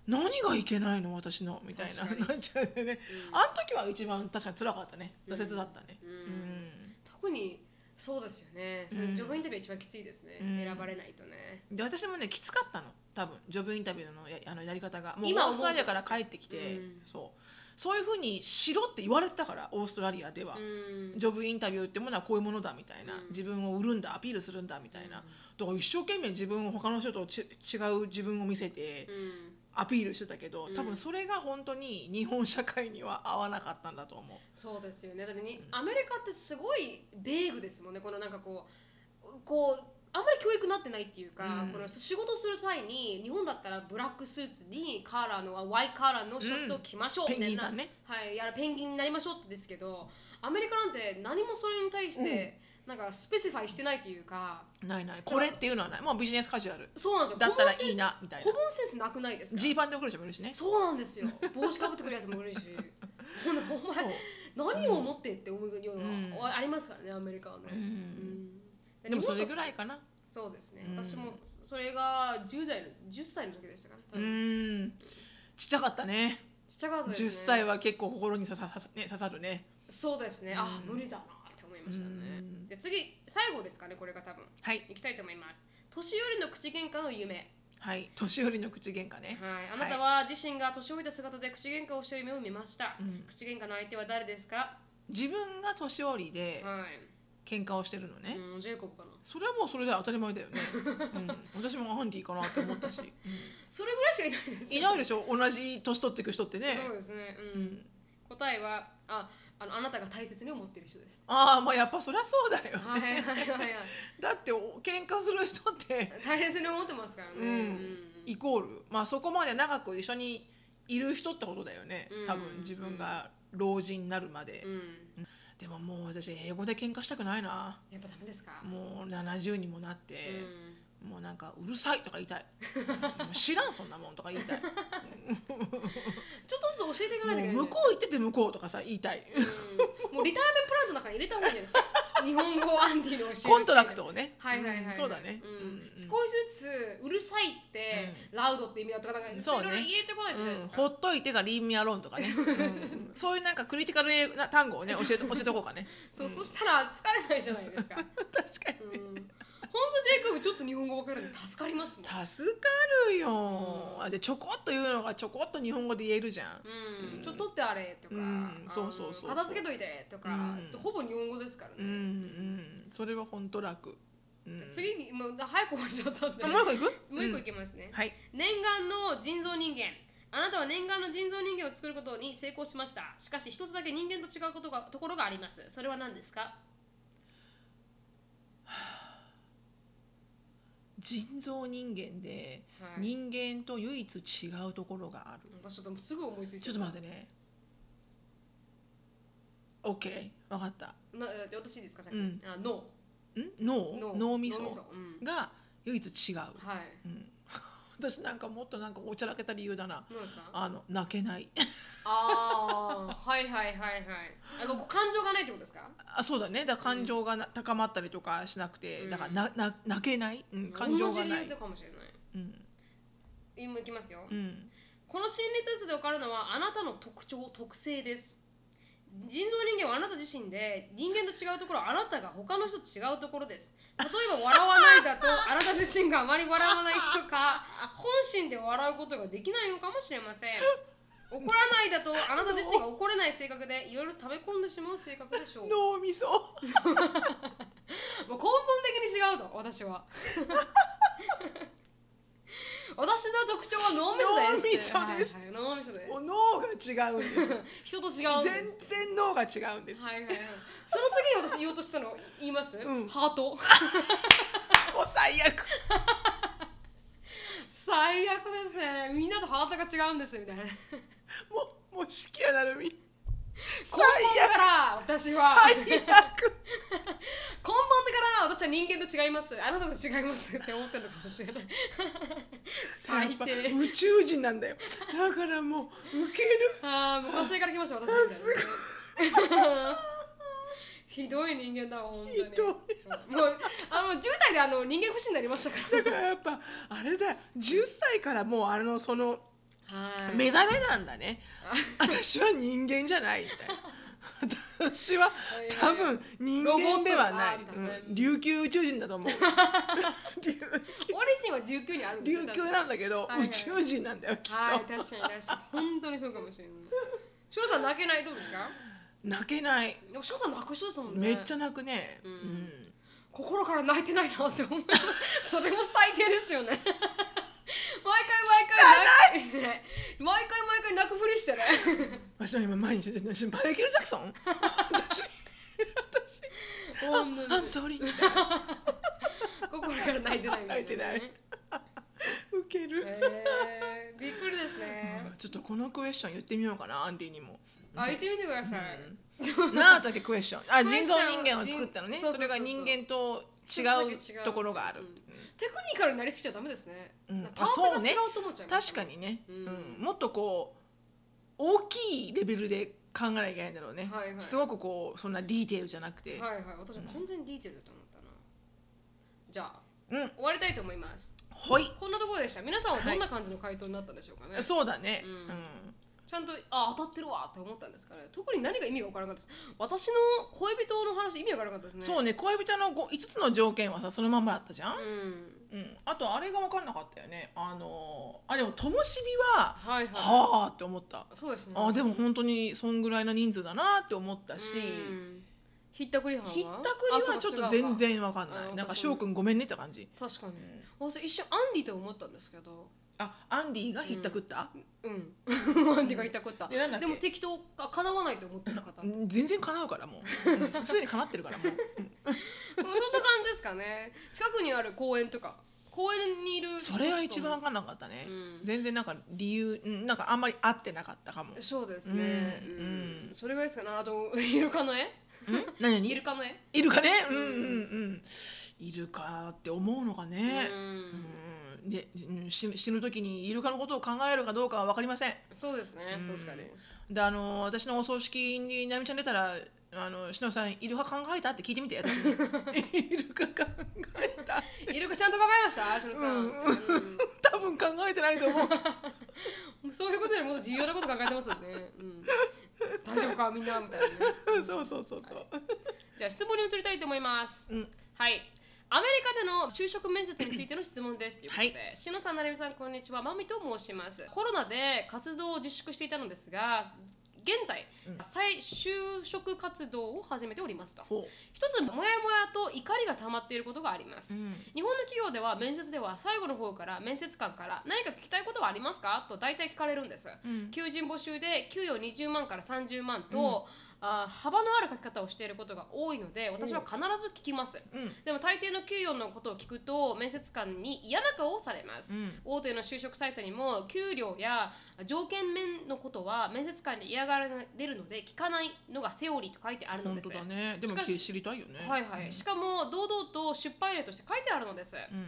何がいけないの私のみたいな
確かに
なっちゃうよね
うん
あの時は一番確かに辛かったね
うん
挫折だったね
うん
うん
特にそうですよね、それ
うん
ジョブインタビュー一番きついですね、
うん
選ばれないとね
で私もねきつかったの多分ジョブインタビューのやあのやり方がもう
今
オ
思
ー
う
ストラリアから帰ってきて、
うん
そうそういうふうにしろって言われてたからオーストラリアでは、
うん
ジョブインタビューってものはこういうものだみたいな、
うん
自分を売るんだアピールするんだみたいな、だから一生懸命自分を他の人とち違う自分を見せて
うん
アピールしてたけど、
うん
多分それが本当に日本社会には合わなかったんだと思う。
そうですよねだってにアメリカってすごいベーグですもんねこのなんかこうこうあんまり教育になってないっていうか、
うん
この仕事する際に日本だったらブラックスーツにカーラーのあワイカーラーのシャツを着ましょう
ペ
み
ン
た
ギ
い
ンさ
な、
んね
はい、やらペンギンになりましょうってですけどアメリカなんて何もそれに対して、なんかスペシファイしてないというか
ないないこれっていうのはないもうビジネスカジュアル
そうなんですよ
だったらいいなみたい
コ
な
モンセンスコモンセンスなくないですか
ジーパンで送る人もいるしね
そうなんですよ帽子かぶってくるやつもいる しほんでお前何を思ってって思うよう
うん
な、ありますからねアメリカはね、
うん
うん
でもそれぐらいかな
そうですね、
うん
私もそれが10代の10歳の時でしたかね多
う
分
んちっちゃかったね
ちっちゃかったですね
10歳は結構心に刺さ刺さ,、ね、刺さるね
そうですね、あ
うん
無理だなって思いましたね、
うん
じゃあ次最後ですかねこれが多分
はい
いきたいと思います年寄りの口喧嘩の夢
はい年寄りの口喧嘩ね
はい、あなたは自身が年老いた姿で口喧嘩をしている夢を見ました、
うん
口喧嘩の相手は誰ですか
自分が年寄りで
はい、
喧嘩をしてるのね、
うん、ジェイコブかな
それはもうそれで当たり前 だよね、うん、私もアンディかなって思ったし、
それぐらいしかいないです
い
よ
ないでしょ同じ年取ってく人ってね
そうですね、う
うんん、
答えはああのあなたが大切に思っている人です
ああまあやっぱそりゃそうだよ、ね
はいはいはいはい
だってお喧嘩する人って
大切に思ってますからね、
うんイコール、まあ、そこまで長く一緒にいる人ってことだよね
うん
多分自分が老人になるまで、
うん
でももう私英語で喧嘩したくないな
やっぱダメですか、
もう70にもなって、
うん
もうなんか「うるさい」とか言 いたい「もう知らんそんなもん」とか言いたい「
ちょっとずつ教えていかないといけない
もう向こう行ってて向こう」とかさ言いたい
うんもうリタイアメントプラントの中に入れた方がいい ですか日本語をアンディの教える
コントラクトをね
はいはいはい、
うんそうだね、
うん
うん
少しずつうるさいって、ラウドって意味だとかなんか
そ
そうう
ね
いろいろ入れてこないといけないで
うん
すか、
ほっといてが「リーミアローン」とか ね、うんそういうなんかクリティカル英語な単語をね教えて教えておこうかね
そうそしたら疲れないじゃないですか、うん、
確かに
ほんとジェイコブちょっと日本語わかるんで助かりますもん
助かるよ、あでちょこっと言うのがちょこっと日本語で言えるじゃん、
う
うん
ん、ちょっと取ってあれとか、
うん
あの
そうそうそう
片付けといてとか、
うん
ほぼ日本語ですからね、
うんうん、それは本当楽、うん、
じゃあ次にもう早く終わっちゃったんで
あもう一個いく
もう一個
う
いきますね
ん、はい
念願の人造人間あなたは念願の人造人間を作ることに成功しましたしかし一つだけ人間と違うことがところがありますそれは何ですか
人造人間で
はい
人間と唯一違うところがある、
私ちょっとすぐ思いつい
ち
ちゃ
ょっと待ってね OK 分かった
てなえー私いいですか先、
うん
あ脳
ん脳
脳
脳みそ
脳みそ、うん、
が唯一違う、
はい
うん、 私なんかもっとなんかおちゃらけた理由だな
何ですか
あの泣けない
ああーはいはいはいはいあのこう感情がないってことですか
あそうだねだから感情がな、高まったりとかしなくて、
うん
だからなな泣けない、うん、感情が
同じ
な
理
い
由と、かもしれない
うん
今いきますよ、
うん、
この心理テストで分かるのはあなたの特徴特性です人造人間はあなた自身で人間と違うところあなたが他の人と違うところです例えば笑わないだ とあなた自身があまり笑わない人か本心で笑うことができないのかもしれません怒らないだとあなた自身が怒れない性格でいろいろ溜め込んでしまう性格でしょう
脳み そ
もう根本的に違うと私は 私の特徴は脳みそです
脳みそです
はいはい脳みそです
もう脳が違うんです
人と違うんです
全然脳が違うんです、
はいはいはいその次に私言おうとしたの言います、
うん
ハート
もう最悪
最悪ですねみんなとハートが違うんですみたいな
もうもう式やなるみ
根本から私は
最悪
根本から私は人間と違いますあなたと違いますって思ったのかもしれない最
やっ
低
ぱ宇宙人なんだよだからもうウケる
ああもう火星から来ました私みたいなひどい人間だわ本当に
ひどい
うんもうあの10代であの人間不信になりましたか
だからやっぱあれだよ10歳からもうあのその
らはい
目覚めなんだね私は人間じゃないみたいな私は多分人間ではない
ロボットだなみたいなね
うん琉球宇宙人だ と思う琉
オリジンは19にあるんですよ
琉球なんだけど
はいはい
宇宙人なんだよきっと、
はい確かに確かに本当にそうかもしれないしろさん泣けないどうですか
泣けない
でもしろさん泣く人ですもんね
めっちゃ泣くね、
うん
うん
心から泣いてないなって思うそれも最低ですよね毎回毎回泣いてね毎回毎回泣くふりしてね
私は今毎日私マイケル・ジャクソン私
本当に
I'm sorry
心から泣いてないみたいな、ね、
泣いてないウケる、
えー、びっくりですね
ちょっとこのクエスチョン言ってみようかなアンディにも
あ言ってみてください、
なあだけクエスチョンあ
クエ
人
スチョン
造人間を作ったのね
そう
そ
そうそう
れ
そう
が人間と違
ちょっとだけ違
う
う
ところがある、
うんテクニカルになりすぎちゃダメですね、
うん
なんかパーツが
あそうね
違うと思っちゃう
確かにね、
う
うんんもっとこう大きいレベルで考えなきゃいけないんだろうね、
はいはい
すごくこうそんなディテールじゃなくて、
はいはい私は完全にディーテールだと思ったな、じゃあ
うん
終わりたいと思います
ほい
こんなところでした皆さんはどんな感じの回答になったんでしょうかね、
そうだね、
う
うんん
ちゃんとあ当たってるわって思ったんですかね特に何が意味が分からなかったです私の恋人の話意味が分からなかったですね
そうね恋人の5つの条件はさそのまんまだったじゃん、
うん
うんあとあれが分かんなかったよねあのーあでもともしびは、
はいはい
はあって思った
そうですね
あでも本当にそんぐらいの人数だなって思ったし、
うんひったくりはんは
ひったくりはちょっと全然わかん
あそ
な
う
い。
か
なんか翔くんごめんねって感じ。
あそうか確かに私一瞬アンディと思ったんですけど
あ、アンディがひったくった？
うんアンディがひったくった
でなんだっ
で
け
も適当かかなわないと思ってる方
うん全然叶うからもう。うんすでに叶ってるから もう。
うんそんな感じですかね。近くにある公園とか、公園にいる人と
そ
かも
れが一番わかんなかったね
うん。
全然なんか理由、うんなんかあんまり合ってなかったかも。ん
そうですね。う
うんんうん
それぐらいですかね。あとイルカの絵、
何
イル
何？
カの絵。ね、
いるかね？うん
う
うんんうん。いるかって思うのが
う
ね。
ん、
うんでうん死ぬ死ぬ時にイルカのことを考えるかどうかは分かりません。
そうですね
う。ん
確かに。
であの私のお葬式になみちゃん出たらあのしのさんイルカ考えたって聞いてみて私にイルカ考えた
イルカちゃんと考えました、しのさん。
うん多分考えてないと思う
うんそういうことよりもっと重要なこと考えてますよね。うん、大丈夫かみんなみたいなね。
そうそうそうそう
じゃあ質問に移りたいと思います。
うん
はい。アメリカでの就職面接についての質問ですということで、しのさん、なるみさん、こんにちは、まみと申します。コロナで活動を自粛していたのですが、現在、再就職活動を始めておりますと。
ほ
一つ、もやもやと怒りが溜まっていることがあります。
う、うん、
日本の企業では面接では最後の方から面接官から何か聞きたいことはありますかと大体聞かれるんです、
うん
求人募集で給与20万から30万と、あー幅のある書き方をしていることが多いので私は必ず聞きます、
うん
でも大抵の給与のことを聞くと面接官に嫌な顔をされます、
うん
大手の就職サイトにも給料や条件面のことは面接官に嫌がられるので聞かないのがセオリーと書いてあるの
本
です
当だねでも
しかし
知りたいよね
はいはい、しかも堂々と失敗例として書いてあるのです、
うん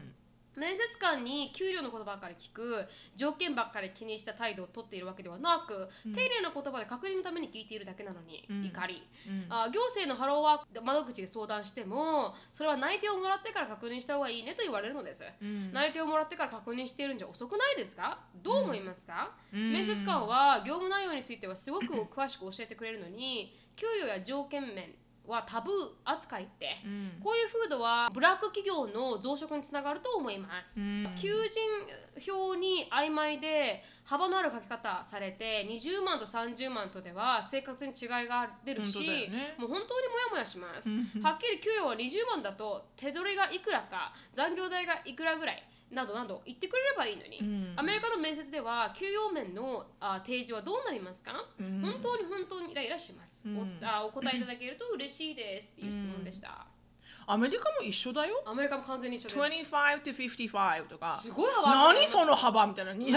面接官に給料のことばっかり聞く条件ばっかり気にした態度を取っているわけではなく、丁寧な言葉で確認のために聞いているだけなのに、
うん
怒り、
うん
あ行政のハローワークで窓口で相談してもそれは内定をもらってから確認した方がいいねと言われるのです、
うん
内定をもらってから確認しているんじゃ遅くないですかどう思いますか、
うん
面接官は業務内容についてはすごく詳しく教えてくれるのに給与や条件面はタブー扱いって、
うん
こういう風土はブラック企業の増殖につながると思います、
うん
求人票に曖昧で幅のある書き方されて20万と30万とでは生活に違いが出るし、
本当だよね
もう本当にモヤモヤします、
うん
はっきり給与は20万だと手取りがいくらか残業代がいくらぐらいなどなど言ってくれればいいのに、
うん
アメリカの面接では給与面のあ提示はどうなりますか、
うん
本当に本当にイライラします、
うん
おつあお答えいただけると嬉しいですっていう質問でした、
アメリカも一緒だよ
アメリカも完全に一緒です
25 to 55とか
すごい幅あるね
何その幅みたいな250万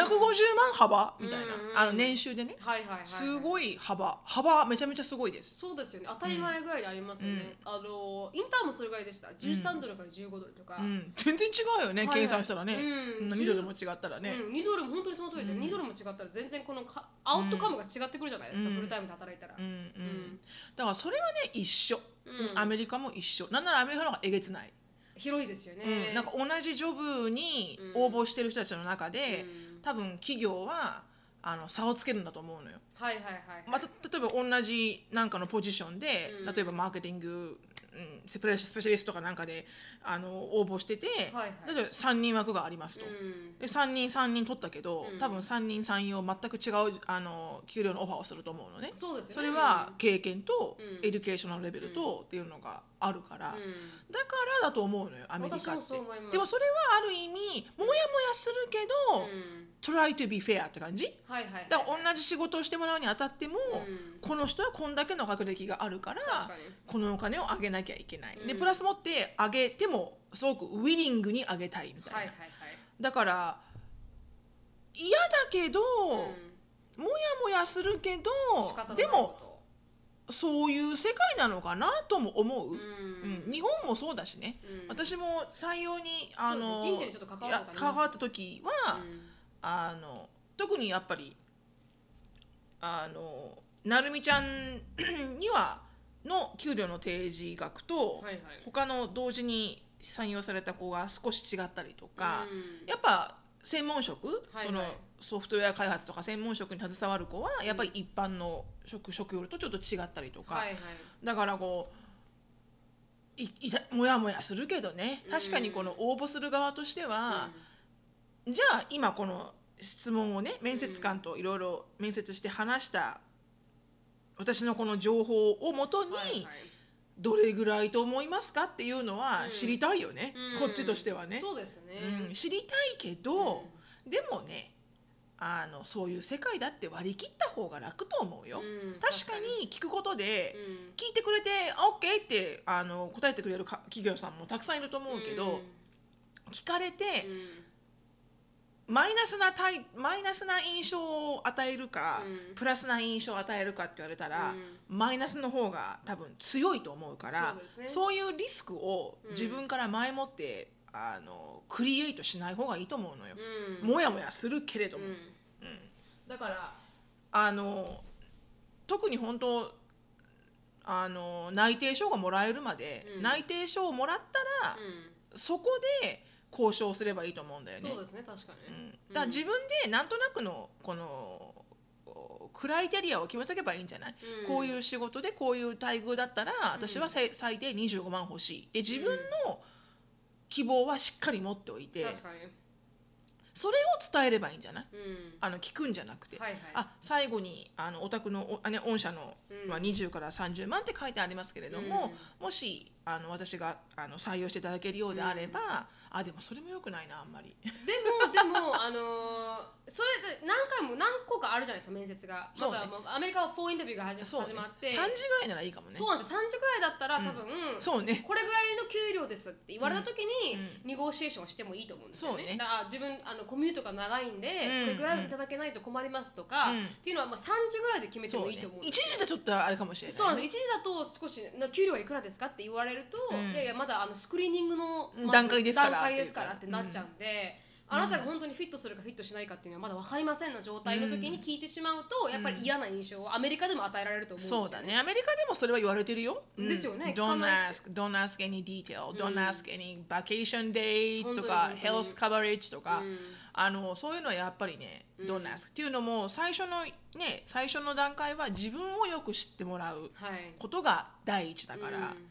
幅みたい
うんうんうん
なあの年収でね
はいはいはいはい
すごい幅幅めちゃめちゃすごいです
そうですよね当たり前ぐらいでありますよね、あのインターンもそれぐらいでした13ドルから15ドルとか、
うん全然違うよね計算したら
う
ね
ん、
2ドルも違ったらね
うん、2ドルも本当にその通りですよ、
うん
2ドルも違ったら全然このかアウトカムが違ってくるじゃないですか、
うん
フルタイムで働いたら、
うんう
うんん
だからそれはね一緒
うん
アメリカも一緒なんならアメリカの方がえげつない
広いですよね、
うんなんか同じジョブに応募してる人たちの中
うん
で多分企業はあの差をつけるんだと思うのよ
はいはいはい、
また例えば同じなんかのポジションで、
うん
例えばマーケティング、うん、スペレスペシャリストとかなんかであの応募してて、
はいはい
例えば3人枠がありますと、
うん
で3人3人取ったけど、
うん
多分3人3用全く違うあの給料のオファーをすると思うのね
そうですよね
それは経験と、
うん
エデュケーショナルレベルとっていうのがあるから、
うん
だからだと思うのよアメリカって
私もそう思います
でもそれはある意味モヤモヤするけど、
うん、
try to be fair って感じ
はいはいはい
だから同じ仕事をしてもらうにあたっても、
うん
この人はこんだけの学歴があるから
確かに
このお金を上げなきゃいけない、で
うん
プラス持って上げてもすごくウィリングに上げたいみたいな、
はいはいはい
だから嫌だけど、もやもやするけど
うん仕方のない
でも
こ
そういう世界なのかなとも思う、
とう
うん
ん、
日本もそうだしね、
うん
私も採用にあの
そうですね人事にちょっと関わることあります
いや関わった時は、
うん
あの特にやっぱりあのなるみちゃん にはの給料の提示額と、
はいはい
他の同時に採用された子が少し違ったりとか、
うん
やっぱ専門職、
はい
そのソフトウェア開発とか専門職に携わる子はやっぱり一般の職職業とちょっと違ったりとか、
はいはい
だからこういいたもやもやするけどね確かにこの応募する側としては、じゃあ今この質問をね面接官といろいろ面接して話した私のこの情報をもと
う
に
んはいはい
どれぐらいと思いますかっていうのは
うん
知りたいよね、
うん
こっちとしてはね、
そうですね、
うん知りたいけど、でもねあのそういう世界だって割り切った方が楽と思うよ、
うん
確かに聞くことで、
うん
聞いてくれて「あ OK」ってあの答えてくれるか企業さんもたくさんいると思うけど、聞かれて、
うん
マイナスなタイマイナスな印象を与えるか、
うん
プラスな印象を与えるかって言われたら、マイナスの方が多分強いと思うから
そうですね
いうリスクを自分から前もって、あのクリエイトしない方がいいと思うのよ
う、ん
もやもやするけれど
う
も、
ん
だからあの特に本当あの内定証がもらえるまで、
うん
内定証をもらったら、
う
そこで交渉すればいいと思うんだよ
ん
ね。
そうですね確か
う
に
んだから自分でなんとなくのこのこうクライテリアを決めとけばいいんじゃない、
うん
こういう仕事でこういう待遇だったら私はせ最低25万欲しいで自分の希望はしっかり持っておいて、
確かに
それを伝えればいいんじゃない
うん
あの聞くんじゃなくて、
はいはい
あ最後にあのお宅のおあ、ね、御社の
うん
は20から30万って書いてありますけれども、もしあの私があの採用していただけるようであれば、あでもそれもよくないなあんまり。
でもでもあのーそれで何回も何個かあるじゃないですか面接が
そうね
まずはもうアメリカは4インタビューが始
そう、
ま始
ね、
まって
3時ぐらいならいいかもね
そうなんですよ3時ぐらいだったら
うん
多分
そうね
これぐらいの給料ですって言われた時に
うん
ニゴシエーションしてもいいと思うんですよ
そうね
ねだから自分あのコミュートが長いんで
うん
これぐらいいただけないと困りますとか
う
っ
ん
ていうのはまあ3時ぐらいで決めて
そう
も
ね
いいと思うん
一
ですよ
時じゃちょっとあれかもしれないね
そうなんです一時だと少しな給料はいくらですかって言われると、
うん
いやいやまだあのスクリーニングの
うん
まず
段階ですから
段階ですから
っ
ってて
いうか
なっちゃうんで、あなたが本当にフィットするかフィットしないかっていうのはまだ分かりませんの状態の時に聞いてしまうと、やっぱり嫌な印象をアメリカでも与えられると思
そ
うん
う
です
だ
よ
ねアメリカでもそれは言われてるよ、うん
ですよね
Don't
考え
ask Don't ask any detail、
う
Don't
ん
ask any vacation dates とか
本当に
health
本
coverage とか、
うん
あのそういうのはやっぱりね、
うん
Don't ask っていうのも最初のね最初の段階は自分をよく知ってもらう
はい
ことが第一だから、
うん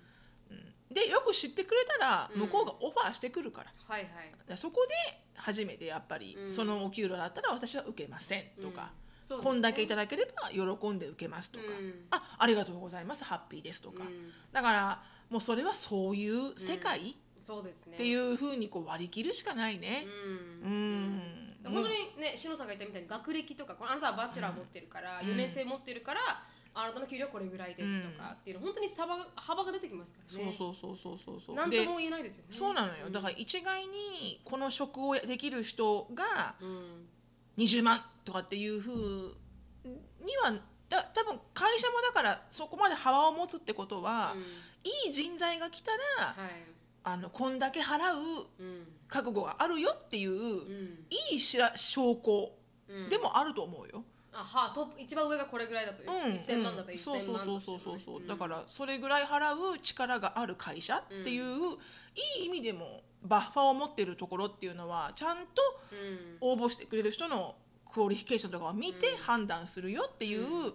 でよく知ってくれたら
うん
向こうがオファーしてくるから,、
はいはい
そこで初めてやっぱり、
うん
そのお給料だったら私は受けませんとか、、
うんそうですね
こんだけいただければ喜んで受けますとか、
うん
あありがとうございますハッピーですとか、
うん
だからもうそれはそういう世界っ
そうですね
ていうふうにこう割り切るしかないね。
うん
うん、
本当にね、しのさんが言ったみたいに学歴とかこのあなたはバチェラー持ってるから、4年生持ってるからあなたの給料これぐらいですとかっていうの本当に幅が幅が出てきますからね
そうそうそうそうそうそう
何と
で
も言えないですよね
そうなのよだから一概にこの職をできる人が
らうん
20万とかっていうふうにはだ多分会社もだからそこまで幅を持つってことは、
うん
いい人材が来たら、
はい
あのこんだけ払
う
う
ん
覚悟があるよっていう、
うん
いいしら証拠
うん
でもあると思うよ。
あはトップ一番上がこれぐらいだと
うん、
1000万だったら1000
そう
万
そうそう
と
そうそうそう、
ん
だからそれぐらい払う力がある会社っていう、いい意味でもバッファーを持ってるところっていうのはちゃんと
うん
応募してくれる人のクオリフィケーションとかを見
うん
て判断するよっていう、
う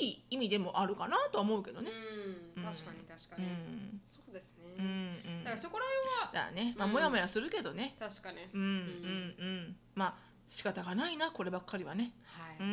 いい意味でもあるかなとは思うけどね。
うん確かに確か
う
に
ん
そうですね
うんうん、
だか
だ
ら
か
そこら辺は
らね、まあ、
うん
もやもやするけどね、
確かに
うんうんうんまあ仕方がないなこればっかりはね
は
う
い
んう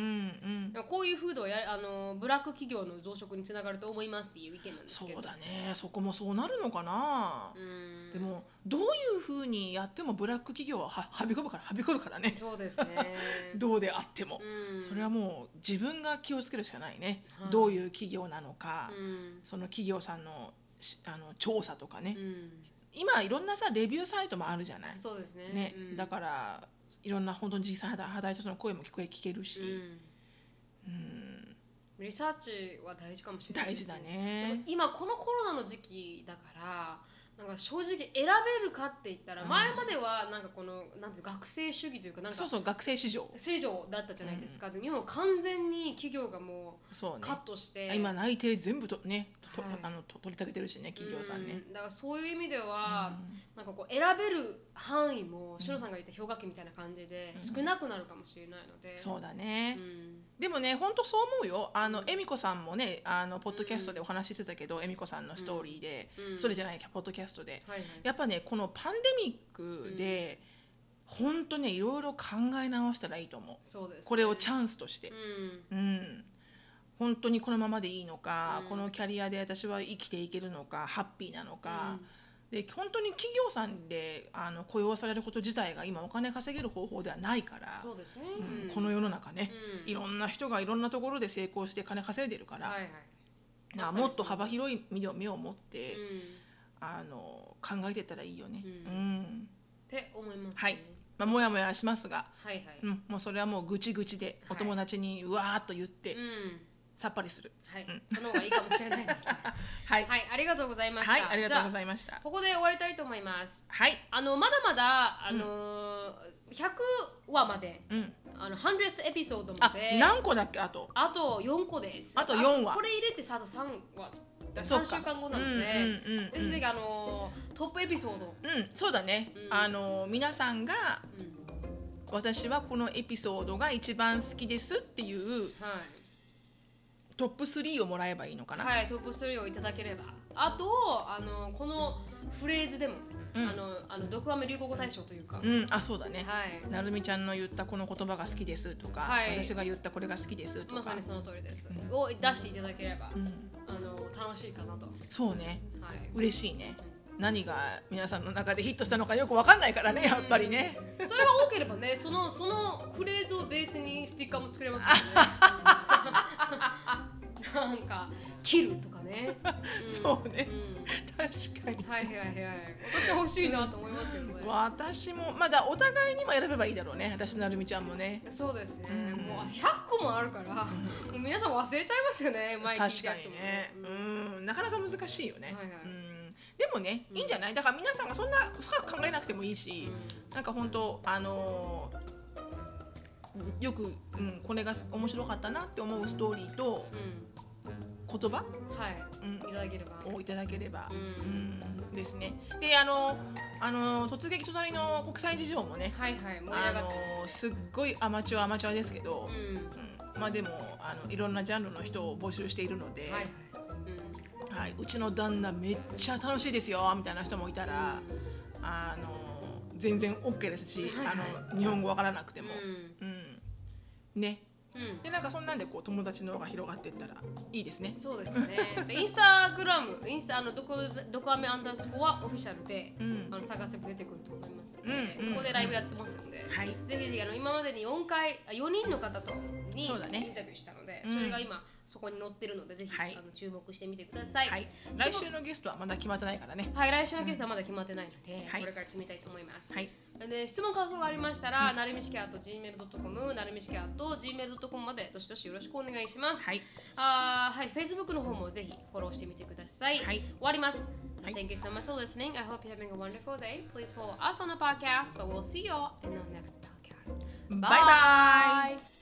ん
でもこういう風土はやあのブラック企業の増殖につながると思いますっていう意見なんです
そ
けど
うだねそこもそうなるのかな、
うん
でもどういうふうにやってもブラック企業はははびこるからはびこるからね
そうですね
どうであっても、
うん
それはもう自分が気をつけるしかないね、
はい
どういう企業なのか、
うん
その企業さんのしあの調査とかね、
うん
今いろんなさレビューサイトもあるじゃない、
そうですね
ね
うん
だからいろんな本当に実際に働いた人の声も聞こえ聞ける
う
し、
ん
うん
リサーチは大事かもしれない
大
で
事
す
だ
でも
ね。
今このコロナの時期だからなんか正直選べるかって言ったら
うん
前まではなんかこのなんていう学生主義というかなんか
そうそう学生市場
市場だったじゃないですか、でも今は完全に企業がも
そう
う
ね
カットして、
今内定全部とねと、
はい
あのと取り下げてるしね企業さんね、
うだからそういう意味で
うん
は、なんかこう選べる範囲もシロさんが言った氷河期みたいな感じで
うん
少なくなるかもしれないので、
そうだ
う
ね、
ん
でもね本当そう思うよあの
うん
恵美子さんもねあのポッドキャストでお話ししてたけど恵美子さんのストーリーで、
うん、
それ
じ
じゃないポッドキャストで
ゃはいはい
やっぱねこのパンデミックで、本当ねいろいろ考え直したらいいと思う
そうですね、
これをチ
ん
ャンスとして
う、ん
うん、本当にこのままでいいのか、
うん
このキャリアで私は生きていけるのかハッピーなのか、
うん
で本当に企業さんであの雇用されること自体が今お金稼げる方法ではないから、
そうですね、
うん
うん
この世の中ね、
うん
いろんな人がいろんなところで成功して金稼いでるから、
はいはい
だからもっと幅広い目を目を持って、
うん、っ
あの考えてったらいいよね。
うん
うん
て思います、ね、
はいまあ、もやもやしますが、
はいはい、
うん、もうそれはもうぐちぐちで
はい
お友達にうわーっと言って、
うん
さっぱりする。
はい、
うん
その方がいいかもしれないですね
はい、
はいありがとうございました
はい、ありがとうご
じゃ
ざいました
あ。ここで終わりたいと思います
はい、
あのまだまだあのー100話まで
うん、
あの100th エピソードま
あ、
で
何個だっけ、あと。
あと4個です。
あと4話
これ入れてさあと3話。だ
そう
3
か
週間後なので、
うんうんうんうん
ぜひぜひあのートップエピソード、
うん、そうだね。
うん
あの、皆さんが、
うん
私はこのエピソードが一番好きですっていう。
は
トップ3をもらえばいいのかな。
い、はい、トップ3をいただければ。あと、あのーこのフレーズでも、
うん
あのあの毒アメ流行語大賞というか、
うん、あ、そうだね。
はい、
なるみちゃんの言ったこの言葉が好きですとか、
はい
私が言ったこれが好きですと
まさ
か
に、その通りです。
うん
を出していただければ、
うん、
あのー楽しいかなと。
そうね
はい。
嬉しいね何が皆さんの中でヒットしたのかよくわかんないからねやっぱりね
それが多ければね、そのそのフレーズをベースにスティッカーも作れますよね。なんか切るとか ね。ん
そうね
う
確かに
ん、はいはいはいはい。私は欲しいなと思いますけどね。
私もまだお互いにも選べばいいだろうね私となるみちゃんもね
そうですね。
うん
もう100個もあるから、もう皆さん忘れちゃいますよ ね。前
確
聞いた
か
やつ
に
も
ねうんなかなか難しいよね、
はいはい
うんでもねいいんじゃないだから皆さんがそんな深く考えなくてもいいし、なんか本当あのーよく、うん、これが面白かったなって思うストーリーと
うん、
言葉、
うんはい。
うん
いただければ。
をいただければ、
う
うんん、ですね。で、あの、あの突撃隣の国際事情もね、
はいはい。盛り上
あ
がって
のすっごいアマチュアアマチュアですけど
ます。、うん。
うんまあでもあのいろんなジャンルの人を募集しているので、
はいは
はいい、。
うん。
うちの旦那めっちゃ楽しいですよみたいな人もいたら、あの全然 OK ですし、
はいはい
あの日本語わからなくて
うん
も、うん、ね。
うん。
でなんかそんなんでこう友達の輪が広がっていったらいいですね。
そうですね。でインスタグラム、インスタあのどこどこアメアンダースコアオフィシャルで、
うん
あの探せば出てくると思いますので、
うんうん
そこでライブやってますので、
はい。
ぜひぜひあの今までに4回あ4人の方とにイン
そうだね
タビューしたので、
うん
それが今そこに載ってるのでぜひ、
はい
あの注目してみてください。
はい、来週のゲストはまだ決まってないからね。
はい、来週のゲストはまだ決まってないので、
はい
これから決めたいと思います。
はい、
で質問感想がありましたら、なるみしきあと gmail.com なるみしきあと gmail.com までどしどしよろしくお願いします。
はい、
あーはい、Facebook の方もぜひフォローしてみてください。
はい
終わります。
はい
Thank you so much for listening. I hope you're having a wonderful day. Please follow us on the podcast, but we'll see you all in the next podcast.
バイバイ
Bye.